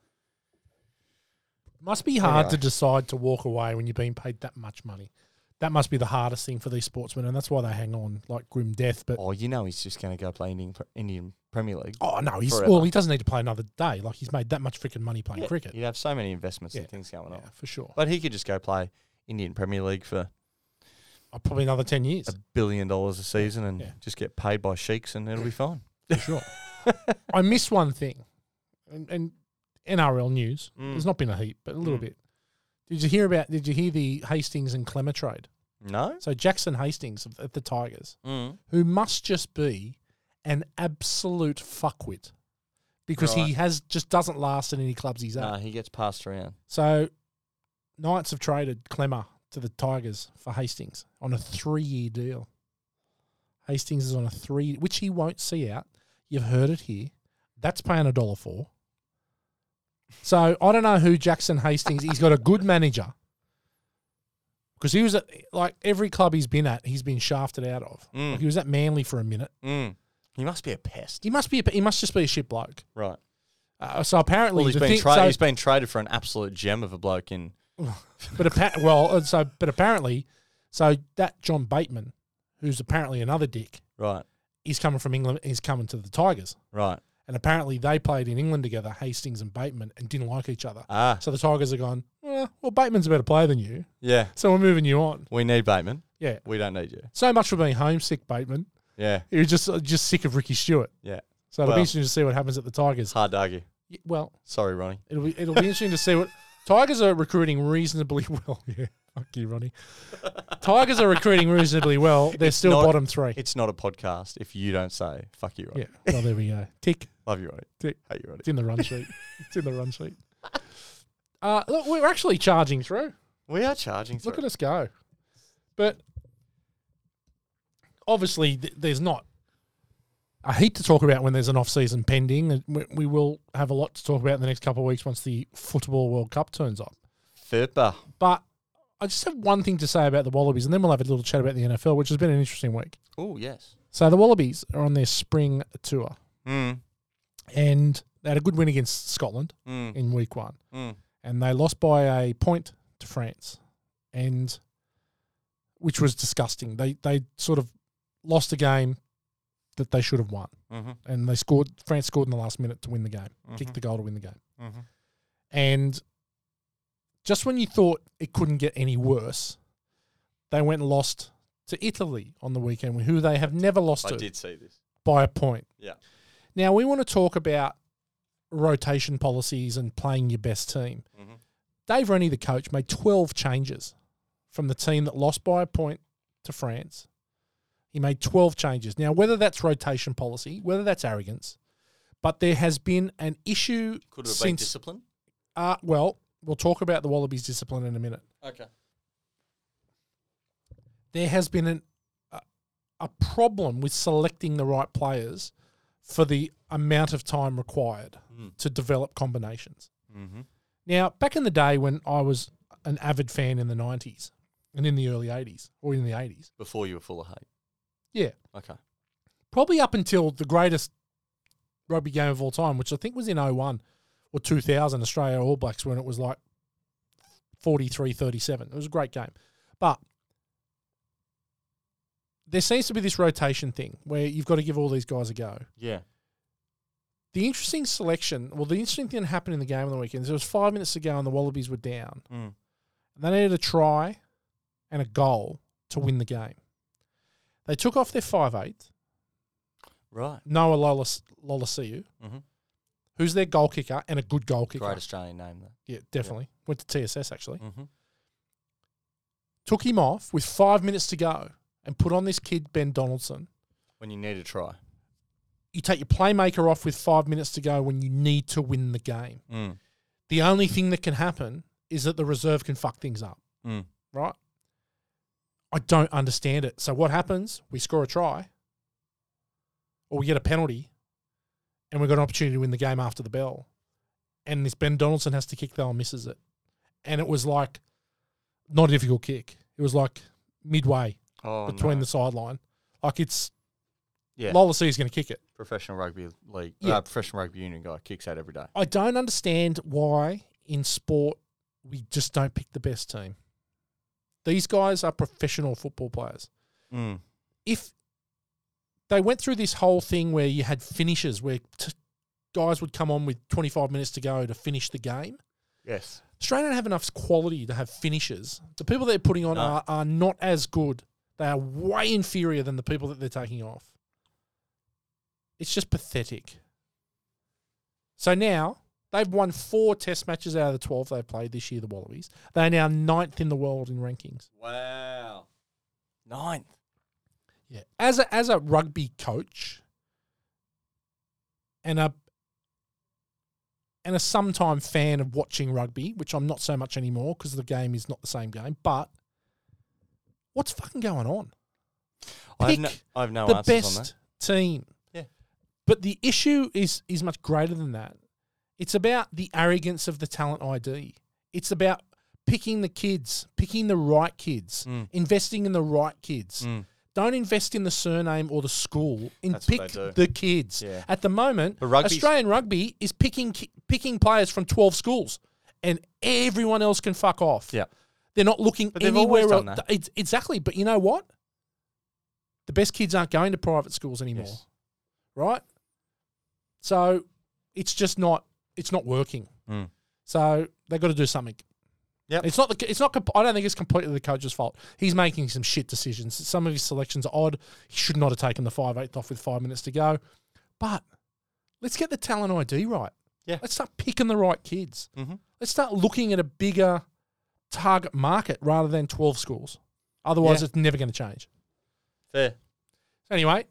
Must be hard to
Anyway.
decide to walk away when you're being paid that much money. That must be the hardest thing for these sportsmen, and that's why they hang on like grim death. But
Oh, you know he's just going to go play Indian, Pre- Indian Premier League.
oh no, he's
Forever.
well, he doesn't need to play another day. Like he's made that much freaking money playing
Yeah,
cricket,
You'd have so many investments
Yeah.
and things going on.
yeah, for sure.
But he could just go play Indian Premier League for
Uh, probably another ten years.
a billion dollars a season and
Yeah.
just get paid by sheiks and it'll be fine.
for sure. I miss one thing, and, and NRL news.
Mm.
There's not been a heap, but a little
Mm.
bit. Did you hear about? Did you hear the Hastings and Clemmer trade?
No?
So Jackson Hastings of- at the Tigers,
Mm.
who must just be an absolute fuckwit, because he
Right.
has just doesn't last in any clubs he's at.
No, he gets passed around.
So Knights have traded Clemmer to the Tigers for Hastings on a three-year deal. Hastings is on a three, which he won't see out. You've heard it here. That's paying a dollar for. So I don't know who Jackson Hastings. He's got a good manager because he was at like every club he's been at, he's been shafted out of.
Mm.
Like, he was at Manly for a minute.
Mm. He must be a pest.
He must be. A, he must just be a shit bloke.
Right.
Uh, so apparently,
Well, he's
the
been,
thing-
tra-
so-
he's been traded for an absolute gem of a bloke in.
But appa- well, and so but apparently, so that John Bateman, who's apparently another dick,
Right,
is coming from England. He's coming to the Tigers,
right.
and apparently they played in England together, Hastings and Bateman, and didn't like each other.
Ah,
So the Tigers are gone. Eh, well, Bateman's a better player than you,
yeah.
so we're moving you on.
We need Bateman.
Yeah.
We don't need you.
So much for being homesick, Bateman.
Yeah,
He was just just sick of Ricky Stewart.
yeah.
So it'll
Well.
be interesting to see what happens at the
It's
Tigers.
hard to argue.
Y- Well,
Sorry, Ronnie.
It'll be it'll be interesting to see what Tigers are recruiting reasonably well. Yeah, fuck you, Ronnie. Tigers are recruiting reasonably well. They're still
not-
bottom three.
It's not a podcast if you don't say fuck you, Ronnie.
Yeah. Well, there we go. Tick.
Love you, Ronnie.
Tick.
Hate you, Ronnie.
It's in the run sheet. It's in the run sheet. Uh, look, we're actually charging through.
We are charging.
Look
through.
at us go. But obviously, th- there's not a heap to talk about when there's an off season pending. And we, we will have a lot to talk about in the next couple of weeks once the Football World Cup turns up.
Fipper.
But I just have one thing to say about the Wallabies, and then we'll have a little chat about the NFL, which has been an interesting week.
Oh yes.
So the Wallabies are on their spring tour,
Mm.
and they had a good win against Scotland
Mm.
in week one,
Mm.
and they lost by a point to France, and which was disgusting. They they sort of lost a game that they should have won,
Mm-hmm.
and they scored. France scored in the last minute to win the game, kicked the goal to win the game,
Mm-hmm.
and just when you thought it couldn't get any worse, they went and lost to Italy on the weekend, who they have never lost
I
to
did see this.
by a point.
Yeah.
Now we want to talk about rotation policies and playing your best team.
Mhm.
Dave Rennie, the coach, made twelve changes from the team that lost by a point to France. He made twelve changes. Now, whether that's rotation policy, whether that's arrogance, but there has been an issue
Could it have been
since.
discipline?
uh, well, we'll talk about the Wallabies discipline in a minute.
Okay.
there has been an, a, a problem with selecting the right players for the amount of time required
Mm.
to develop combinations.
Mm-hmm.
Now, back in the day when I was an avid fan in the 90s and in the early 80s or in the 80s,
Before you were full of hate.
yeah,
Okay.
probably up until the greatest rugby game of all time, which I think was in 01 or 2000, Australia All Blacks, when it was like 43 37. It was a great game. But there seems to be this rotation thing where you've got to give all these guys a go.
Yeah.
The interesting selection, well, the interesting thing that happened in the game on the weekend is there was five minutes to go and the Wallabies were down.
Mm.
They needed a try and a goal to win the game. They took off their five eight.
Right.
Noah Lolas Lolasiu,
Mhm.
who's their goal kicker and a good goal kicker.
Great Australian name though.
Yeah, definitely. Went to TSS actually.
Mm-hmm.
Took him off with five minutes to go and put on this kid Ben Donaldson.
When you need a try.
You take your playmaker off with five minutes to go when you need to win the game.
Mm.
The only thing that can happen is that the reserve can fuck things up,
Mm.
right? I don't understand it. So what happens? We score a try, or we get a penalty, and we've got an opportunity to win the game after the bell. And this Ben Donaldson has to kick though and misses it. And it was like not a difficult kick. It was like midway
Oh,
between
no.
the sideline. Like it's
Yeah.
Lola C is going to kick it.
professional rugby league,
Yeah.
uh, professional rugby union guy kicks out every day.
I don't understand why in sport we just don't pick the best team. These guys are professional football players.
Mm.
If they went through this whole thing where you had finishes where t- guys would come on with 25 minutes to go to finish the game,
Yes.
Australia don't have enough quality to have finishes. The people they're putting on
No.
are, are not as good. They are way inferior than the people that they're taking off. It's just pathetic. So now they've won four test matches out of the 12 they've played this year, the Wallabies. They're now ninth in the world in rankings.
Wow. Ninth.
Yeah. As a, as a rugby coach and a and a sometime fan of watching rugby, which I'm not so much anymore because the game is not the same game, but what's fucking going on?
I have
Pick
no, I have no
the
answers
best
on that.
team.
Yeah.
But the issue is is much greater than that. It's about the arrogance of the talent ID. It's about picking the kids, picking the right kids,
Mm.
investing in the right kids.
Mm.
Don't invest in the surname or the school. In
That's what
pick
they do.
the kids.
Yeah.
At the moment,
But rugby's-
Australian rugby is picking ki- picking players from twelve schools, and everyone else can fuck off.
Yeah.
They're not looking
But they've
anywhere
always
else.
done that.
It's, exactly. But you know what? The best kids aren't going to private schools anymore,
Yes.
right? So it's just not it's not working.
Mm.
So they've got to do something.
Yep.
It's not the it's not comp- I don't think it's completely the coach's fault. He's making some shit decisions. Some of his selections are odd. He should not have taken the five eighth off with 5 minutes to go. But let's get the talent ID right.
Yeah.
Let's start picking the right kids.
Mhm.
Let's start looking at a bigger target market rather than 12 schools. Otherwise
Yeah.
it's never going to change.
Fair.
Anyway,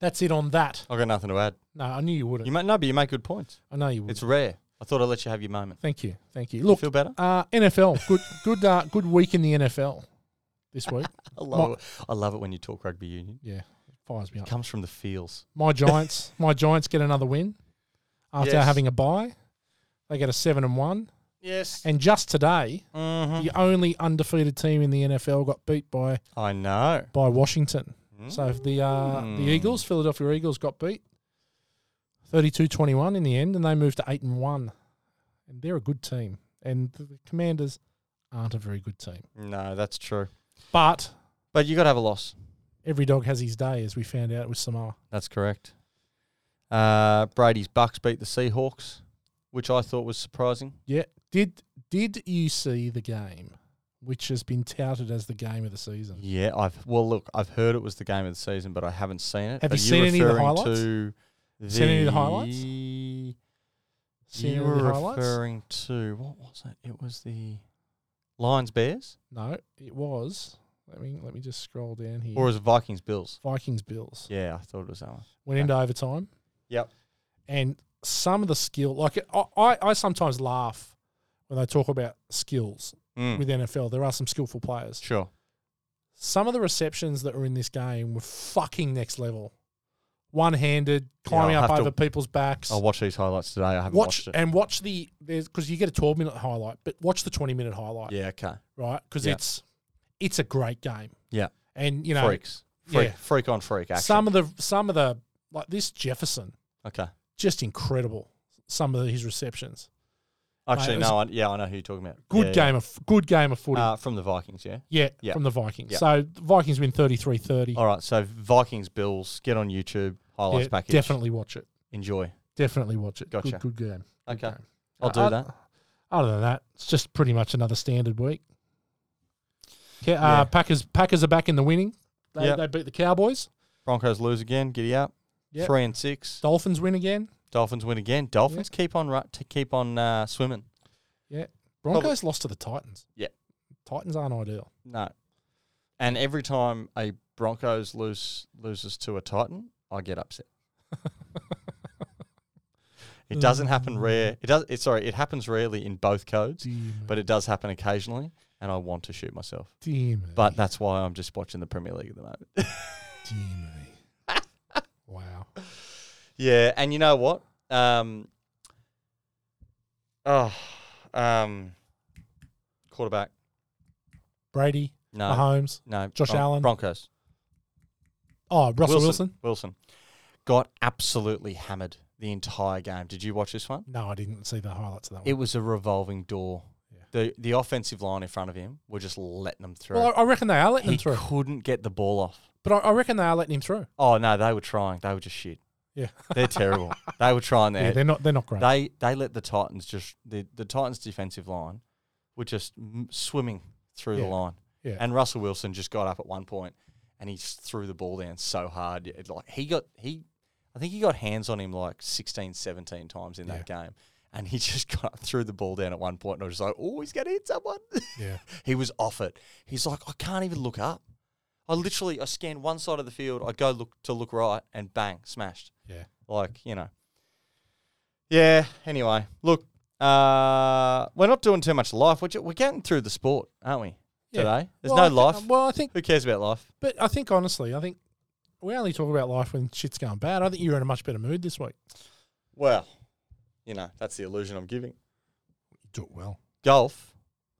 that's it on that.
I've got nothing to add.
No, I knew you wouldn't.
You might no, but you make good points.
I know you would.
It's rare. I thought I'd let you have your moment.
Thank you. Thank you. Look,
Feel better?
uh, NFL. Good, good, uh, good week in the NFL this week.
I love it. I love it when you talk rugby union.
Yeah, fires me
It
up.
comes from the feels.
My Giants. my Giants get another win after
Yes.
having a bye. They get a seven and one.
Yes.
And just today,
hmm
the only undefeated team in the NFL got beat by
I know. Hmm?
by Washington. So if the uh, the
Mm.
Eagles, Philadelphia Eagles, got beat 32-21 in the end, and they moved to eight and one. And they're a good team, and the the Commanders aren't a very good team.
No, that's true.
But
But you got to have a loss.
every dog has his day, as we found out with Samoa.
That's correct. Uh, Brady's Bucks beat the Seahawks, which I thought was surprising.
Did did you see the game which has been touted as the game of the season.
Yeah, I've well look, I've heard it was the game of the season, but I haven't seen it.
Have
Are
you seen any of the
referring
highlights?
To the,
Seen any of the highlights? Seen
you
any of
were
the highlights?
referring to what was it? It was the Lions Bears
No, it was. Let me let me just scroll down here.
or was it Vikings Bills?
Vikings Bills
Yeah, I thought it was that one.
went into overtime.
Yep.
and some of the skill, like I, I, I sometimes laugh when they talk about skills
Mm,
with NFL. There are some skillful players.
sure.
Some of the receptions that were in this game were fucking next level. One handed, climbing
I'll
up
have to-
over people's backs.
I'll watch these highlights today. I haven't
watch
watched it.
and watch the there's because you get a 12 minute highlight, but watch the 20 minute highlight,
Yeah, okay.
right? Because
Yeah.
it's it's a great game.
Yeah.
and you know
Freaks. Freak,
yeah.
freak on freak action.
some of the some of the like this Jefferson,
okay.
just incredible. Some of his receptions.
Actually,
it was-
no, I, yeah, I know who you're talking about.
Good
Yeah,
game of good game of
yeah.
footy.
Uh, from the Vikings, yeah.
Yeah,
Yeah.
from the Vikings.
Yeah.
So the Vikings win 33-30.
All right, so Vikings Bills, get on YouTube, highlights
Yeah,
package.
definitely watch it.
Enjoy.
Definitely watch it.
Gotcha.
Good, good game. Good
Okay.
game.
I'll
Uh,
do
oth-
that.
Other than that, it's just pretty much another standard week. Yeah, uh,
Yeah.
Packers Packers are back in the winning. They,
Yeah.
they beat the Cowboys.
Broncos lose again. Giddy up.
Yep.
Three and six.
Dolphins win again.
Dolphins win again. Dolphins keep on ru- to keep on uh, swimming.
Broncos lost to the Titans.
Yeah.
Titans aren't ideal.
No, and every time a Broncos lose loses to a Titan, I get upset. it doesn't happen
Mm.
rare. It does. It, sorry, it happens rarely in both codes,
Dear me.
but it does happen occasionally, and I want to shoot myself.
Dear me.
But that's why I'm just watching the Premier League at the moment.
Dear me. wow.
Yeah, and you know what? Um, oh, um, quarterback.
Brady,
No,
Mahomes.
no.
Uh-huh. Josh Allen.
Broncos.
Oh, Russell Wilson.
Wilson got absolutely hammered the entire game. Did you watch this one?
No, I didn't see the highlights of that one.
It was a revolving door.
Yeah.
The the offensive line in front of him were just letting them through.
well, I I reckon they are letting
he
him through.
couldn't get the ball off.
But I, I reckon they are letting him through.
Oh no, they were trying. They were just shit.
Yeah.
They're terrible. they were trying
Yeah,
their
they're not. They're not great.
they they let the Titans just the, the Titans defensive line were just m- swimming through
Yeah.
the line,
Yeah.
and Russell Wilson just got up at one point and he just threw the ball down so hard. It, like he got he, I think he got hands on him like 16, 17 times in that game, and he just got up, threw the ball down at one point, and I was just like, oh, he's gonna hit someone.
yeah,
he was off it. He's like, I can't even look up. I literally I scanned one side of the field. I go look to look right, and bang, smashed
yeah.
like you know yeah anyway look uh we're not doing too much life we're, ju- we're getting through the sport aren't we
Yeah.
today there's
Well,
no
I thi-
life
well, I think,
who cares about life
but I think honestly, I think we only talk about life when shit's going bad. I think you're in a much better mood this week.
well you know that's the illusion i'm giving
You do it well.
golf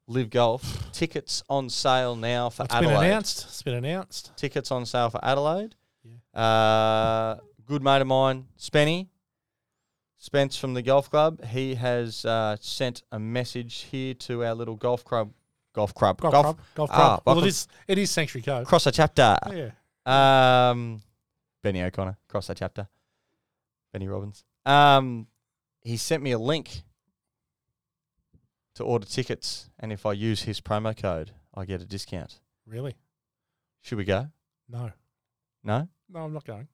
live golf tickets on sale now for
It's
adelaide
been announced. It's been announced.
tickets on sale for adelaide uh good mate of mine spenny spence from the golf club he has uh, sent a message here to our little golf club golf club
Golf, club. Golf
ah,
club. well,
welcome.
it is. It is Sanctuary Cove. Oh,
Cross a chapter.
Yeah.
Um, Benny O'Connor, cross a chapter. Benny Robbins. Um, he sent me a link to order tickets, and if I use his promo code, I get a discount.
Really?
Should we go?
No.
No. I think
No, I'm not going.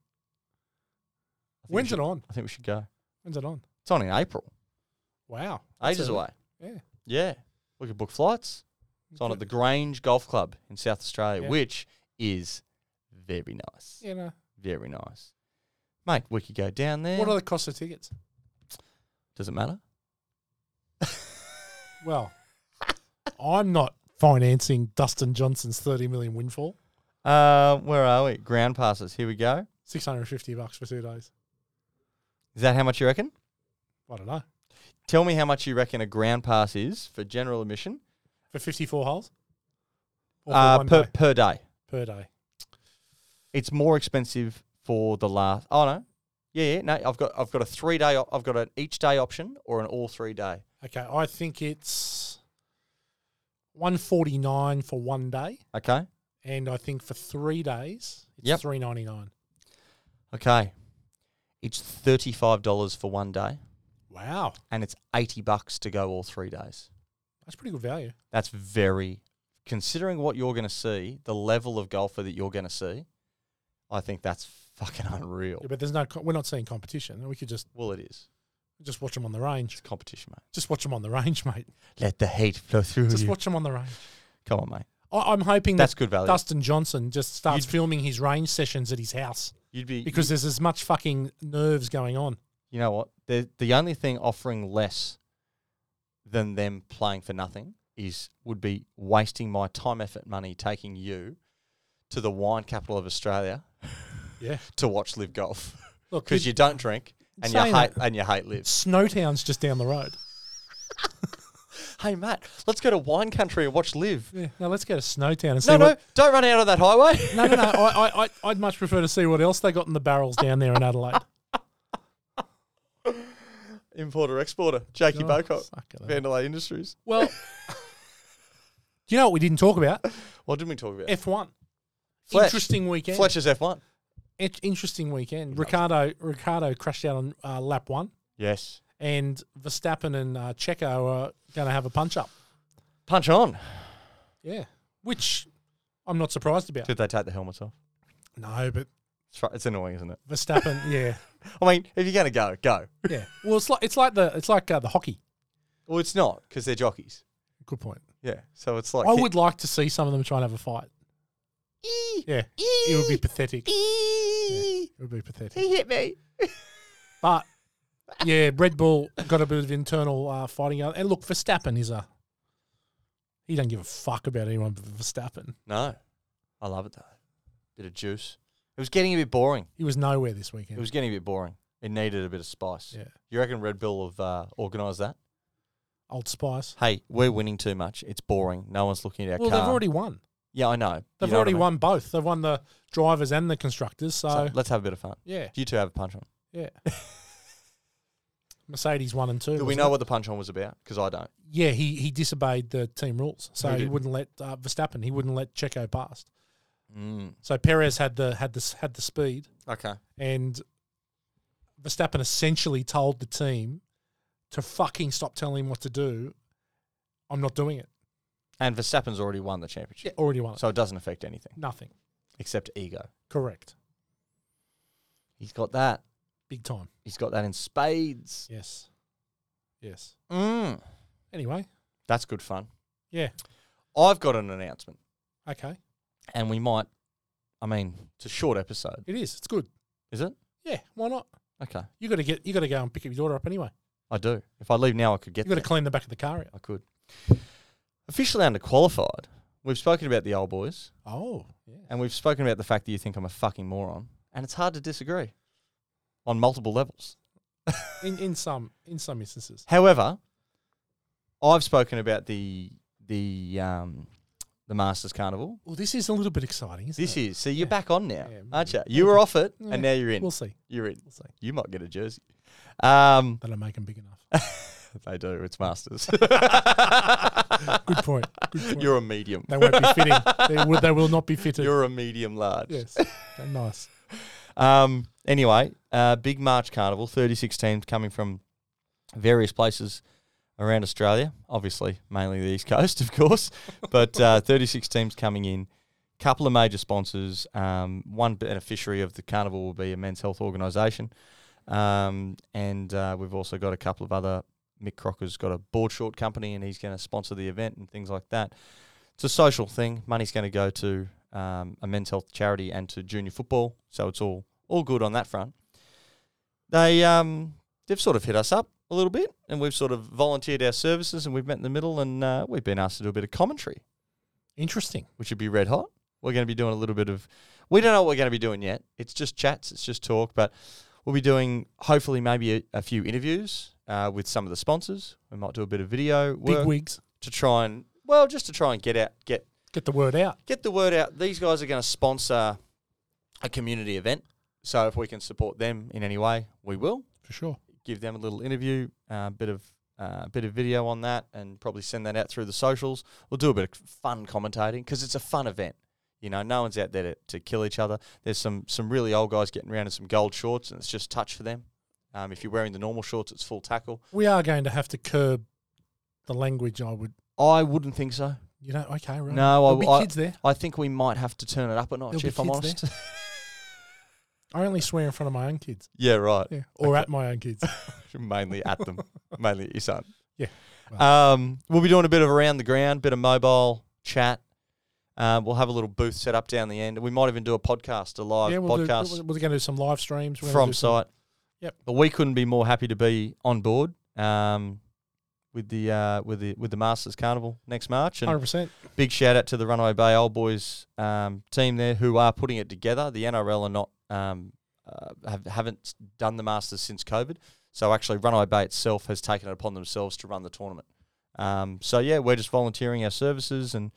we
When's
should-
it on?
I think we should go.
When's it on?
It's on in April.
Wow. That's
Ages
early.
away.
Yeah.
Yeah. We could book flights. It's on at the Grange Golf Club in South Australia,
Yeah.
which is very nice.
You know.
Very nice. Mate, we could go down there.
What are the cost of tickets?
Does it matter?
Well, I'm not financing Dustin Johnson's 30 million windfall.
Uh, where are we? Ground passes. Here we go.
650 bucks for two days.
Is that how much you reckon?
I don't know.
Tell me how much you reckon a ground pass is for general admission
For 54 holes? Or for
uh,
one
per,
day?
per day.
per day.
It's more expensive for the last. Oh no, yeah, yeah, no. I've got I've got a three day. op- I've got an each day option or an all three day.
Okay, I think it's 149 for one day.
Okay,
And I think for three days, it's
Yep.
399
okay. It's thirty five dollars for one day,
Wow.
and it's eighty bucks to go all three days.
That's pretty good value.
That's very considering what you're going to see, the level of golfer that you're going to see, I think that's fucking unreal.
Yeah, but there's no. co- We're not seeing competition. We could just
Well, it is.
just watch them on the range.
It's competition, mate.
Just watch them on the range, mate.
Let the hate flow through
Just
you.
watch them on the range.
Come on, mate.
I, I'm hoping
That's
that
good value.
Dustin Johnson just starts
You'd-
filming his range sessions at his house
You'd be
because there's as much fucking nerves going on.
you know what? The the only thing offering less than them playing for nothing is would be wasting my time, effort, money taking you to the wine capital of Australia
Yeah.
to watch live golf
Look,
because you don't drink and you
Saying
hate and you hate live.
Snowtown's just down the road.
Hey Matt, let's go to wine country and watch live.
Yeah. Now let's go to Snowtown and see
No, no,
what.
don't run out on that highway.
No, no, no. I, I, I, I'd much prefer to see what else they got in the barrels down there in Adelaide.
Importer exporter, Jakey
Oh,
Bocock,
fucking hell.
Vandalay Industries.
Well, do you know what we didn't talk about?
What did we talk about?
F1.
Fletch.
Interesting weekend.
Fletcher's F one.
In- interesting weekend. Ricardo Ricardo crashed out on uh, lap one,
Yes.
and Verstappen and uh, Checo are going to have a punch up.
Punch on.
Yeah, which I'm not surprised about.
Did they take the helmets off?
No, but
It's fr- It's annoying, isn't it?
Verstappen, yeah,
I mean, if you're going to go, go.
yeah. Well, it's like it's like the it's like uh, the hockey.
Well, it's not because they're jockeys.
Good point.
Yeah, so it's like
I would like to see some of them try and have a fight. Yeah, it would be pathetic. It would be pathetic.
He hit me.
But yeah, Red Bull got a bit of internal uh, fighting. out. And look, Verstappen is a he don't give a fuck about anyone but Verstappen.
No, I love it though. Bit of juice. It was getting a bit boring.
He was nowhere this weekend.
It was getting a bit boring. It needed a bit of spice.
yeah,
You reckon Red Bull have uh, organised that?
Old Spice.
Hey, we're winning too much. It's boring. No one's looking at our
Well,
car.
they've already won.
yeah, I know. You
They've
know what
already
I mean?
won both. They've won the drivers and the constructors. So,
So let's have a bit of fun.
yeah,
You two have a punch on.
yeah. Mercedes one and two.
Do we
wasn't
know
it?
what the punch on was about? Because I don't.
Yeah, he he disobeyed the team rules, so
He
he,
did.
wouldn't let uh, Verstappen. He wouldn't let Checo past.
Mm.
So Perez had the had the s- had the speed.
Okay.
and Verstappen essentially told the team to fucking stop telling him what to do. I'm not doing it.
And Verstappen's already won the championship,
Already won it.
so it doesn't affect anything
Nothing.
except ego.
Correct.
He's got that.
Big time.
He's got that in spades.
Yes. Yes.
Mm.
Anyway,
That's good fun.
yeah.
I've got an announcement,
Okay.
and we might. I mean, it's a short episode,
It is. It's good.
is it?
Yeah. Why not?
Okay,
You got to get. You got to go and pick your daughter up anyway.
I do. If I leave now, I could
You
get.
got to
There.
clean the back of the car out.
I could. Officially underqualified. We've spoken about the old boys,
Oh, yeah.
and we've spoken about the fact that you think I'm a fucking moron, and it's hard to disagree on multiple levels.
In in some in some instances.
However, I've spoken about the the um, the Masters Carnival.
Well, this is a little bit exciting, isn't
This
it?
is so you're
Yeah.
back on now,
Yeah,
aren't you?
maybe.
You were off it,
Yeah.
and now you're in.
We'll see.
You're in.
We'll see.
You might get a jersey. Um,
That'll make him big enough.
they do. It's Masters.
Good point. Good point.
You're a medium.
they won't be fitting. They will, they will not be fitted.
You're a medium large.
yes. Nice.
Um, anyway, uh, big March Carnival, 36 teams coming from various places around Australia. Obviously, mainly the East Coast, of course, but uh, 36 teams coming in. Couple of major sponsors. Um, one beneficiary of the carnival will be a men's health organisation, um, and uh, we've also got a couple of other. Mick Crocker's got a board short company, and he's going to sponsor the event and things like that. It's a social thing. Money's going to go to um, a men's health charity and to junior football, so it's all all good on that front. They um they've sort of hit us up a little bit, and we've sort of volunteered our services, and we've met in the middle, and uh, we've been asked to do a bit of commentary,
Interesting.
which would be red hot. We're going to be doing a little bit of, we don't know what we're going to be doing yet. It's just chats, it's just talk, but we'll be doing hopefully maybe a, a few interviews uh, with some of the sponsors. We might do a bit of video
Big
work
wigs.
to try and well, just to try and get out get
Get the word out.
get the word out. These guys are going to sponsor a community event. So if we can support them in any way, we will
For sure.
give them a little interview, a bit of uh, bit of video on that, and probably send that out through the socials. We'll do a bit of fun commentating because it's a fun event. You know, no one's out there to, to kill each other. There's some some really old guys getting around in some gold shorts, and it's just touch for them. Um, if you're wearing the normal shorts, it's full tackle.
We are going to have to curb the language, I would.
I wouldn't think so.
You know, okay, right.
No, I-
There'll be
I-
kids there.
I think we might have to turn it up a notch
There'll be
if I'm
kids
honest.
I only swear in front of my own kids.
yeah, right.
Yeah, or at my own kids.
Mainly at them, mainly at your son.
Yeah.
Um, we'll be doing a bit of around the ground, bit of mobile chat. Um, we'll have a little booth set up down the end. We might even do a podcast, a live
yeah, we'll do-
podcast.
we're going to do some live streams. We're gonna
from
do some-
site.
Yep.
But we couldn't be more happy to be on board um, with the uh, with the with the Masters Carnival next March. And
100%.
big shout out to the Runaway Bay Old Boys um, team there who are putting it together. The NRL are not um, uh, have, haven't done the Masters since COVID, so actually Runaway Bay itself has taken it upon themselves to run the tournament. Um, so yeah, we're just volunteering our services, and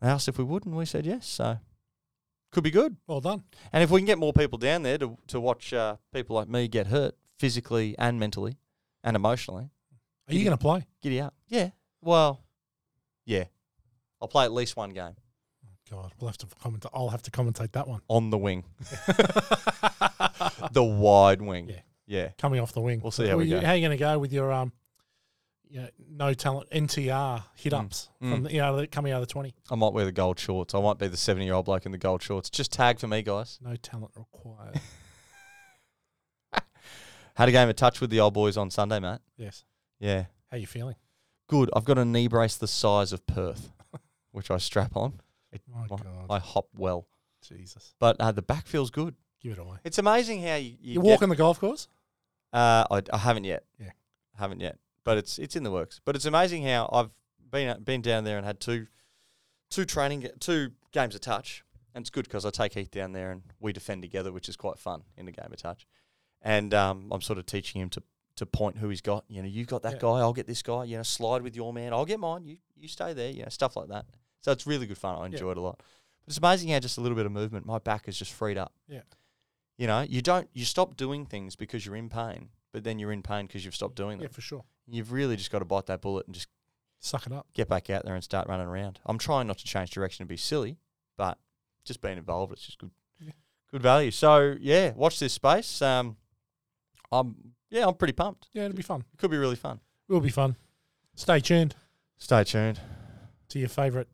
they asked if we would, and we said yes. So could be good.
Well done.
And if we can get more people down there to, to watch uh, people like me get hurt physically and mentally and emotionally,
Are you
Giddy-
going to play?
giddy up. Yeah. Well, yeah. I'll play at least one game
God, we'll have to comment. I'll have to commentate that one.
on the wing, the wide wing.
Yeah.
Yeah.
Coming off the wing.
We'll see how we
you-
go.
How are you going to go with your um, you know, no talent NTR hit ups
mm.
from the, you know, the- coming out of the twenty?
I might wear the gold shorts. I might be the 70 year old bloke in the gold shorts. Just tag for me, guys.
No talent required.
Had a game of touch with the old boys on Sunday, mate.
yes.
Yeah.
How you feeling?
Good. I've got a knee brace the size of Perth, which I strap on.
My
Well,
God,
I hop well.
Jesus,
But uh, the back feels good.
give it away.
It's amazing how you, you
You
get-
walk on the golf course.
Uh, I, I haven't yet.
Yeah.
haven't yet. But it's it's in the works. But it's amazing how I've been been down there and had two two training ga- two games of touch, and it's good because I take Heath down there and we defend together, which is quite fun in the game of touch. And um, I'm sort of teaching him to to point who he's got. You know, you got that
Yeah.
guy, I'll get this guy. You know, slide with your man, I'll get mine. You you stay there. You know, stuff like that. So it's really good fun. I
Yeah.
enjoy it a lot. But it's amazing how just a little bit of movement, my back is just freed up.
Yeah.
You know, you don't you stop doing things because you're in pain, but then you're in pain because you've stopped doing them.
Yeah, for sure.
You've really just got to bite that bullet and just
Suck it up.
get back out there and start running around. I'm trying not to change direction and be silly, but just being involved, it's just good,
Yeah.
good value. So yeah, watch this space. Um, I'm yeah, I'm pretty pumped.
Yeah, it'll be fun.
It could be really fun.
It'll be fun. Stay tuned
Stay tuned,
to your favorite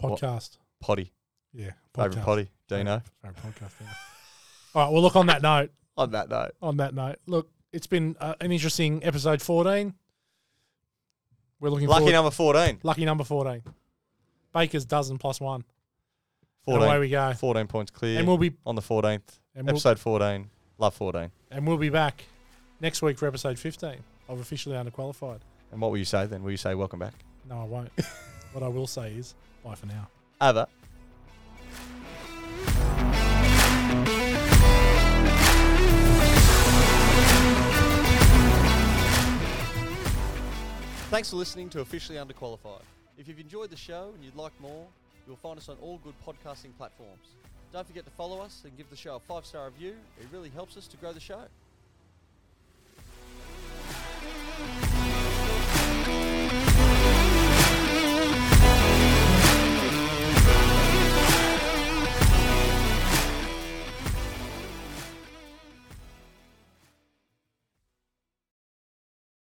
What?
podcast.
potty,
Yeah,
favorite potty, Dino.
Favorite podcast. yeah. All right. Well, look on that note.
On that note,
on that note, look, it's been uh, an interesting episode 14. We're looking
lucky
forward.
number 14.
lucky number 14. Baker's dozen plus one. And
14,
away we go.
14 points clear
And we'll be
on the 14th.
and we'll,
Episode 14. Love 14.
and we'll be back next week for episode 15 of officially underqualified.
And what will you say then? Will you say welcome back?
No, I won't. what I will say is bye for now.
Over. Thanks for listening to Officially Underqualified. If you've enjoyed the show and you'd like more, you'll find us on all good podcasting platforms. Don't forget to follow us and give the show a five star review, it really helps us to grow the show.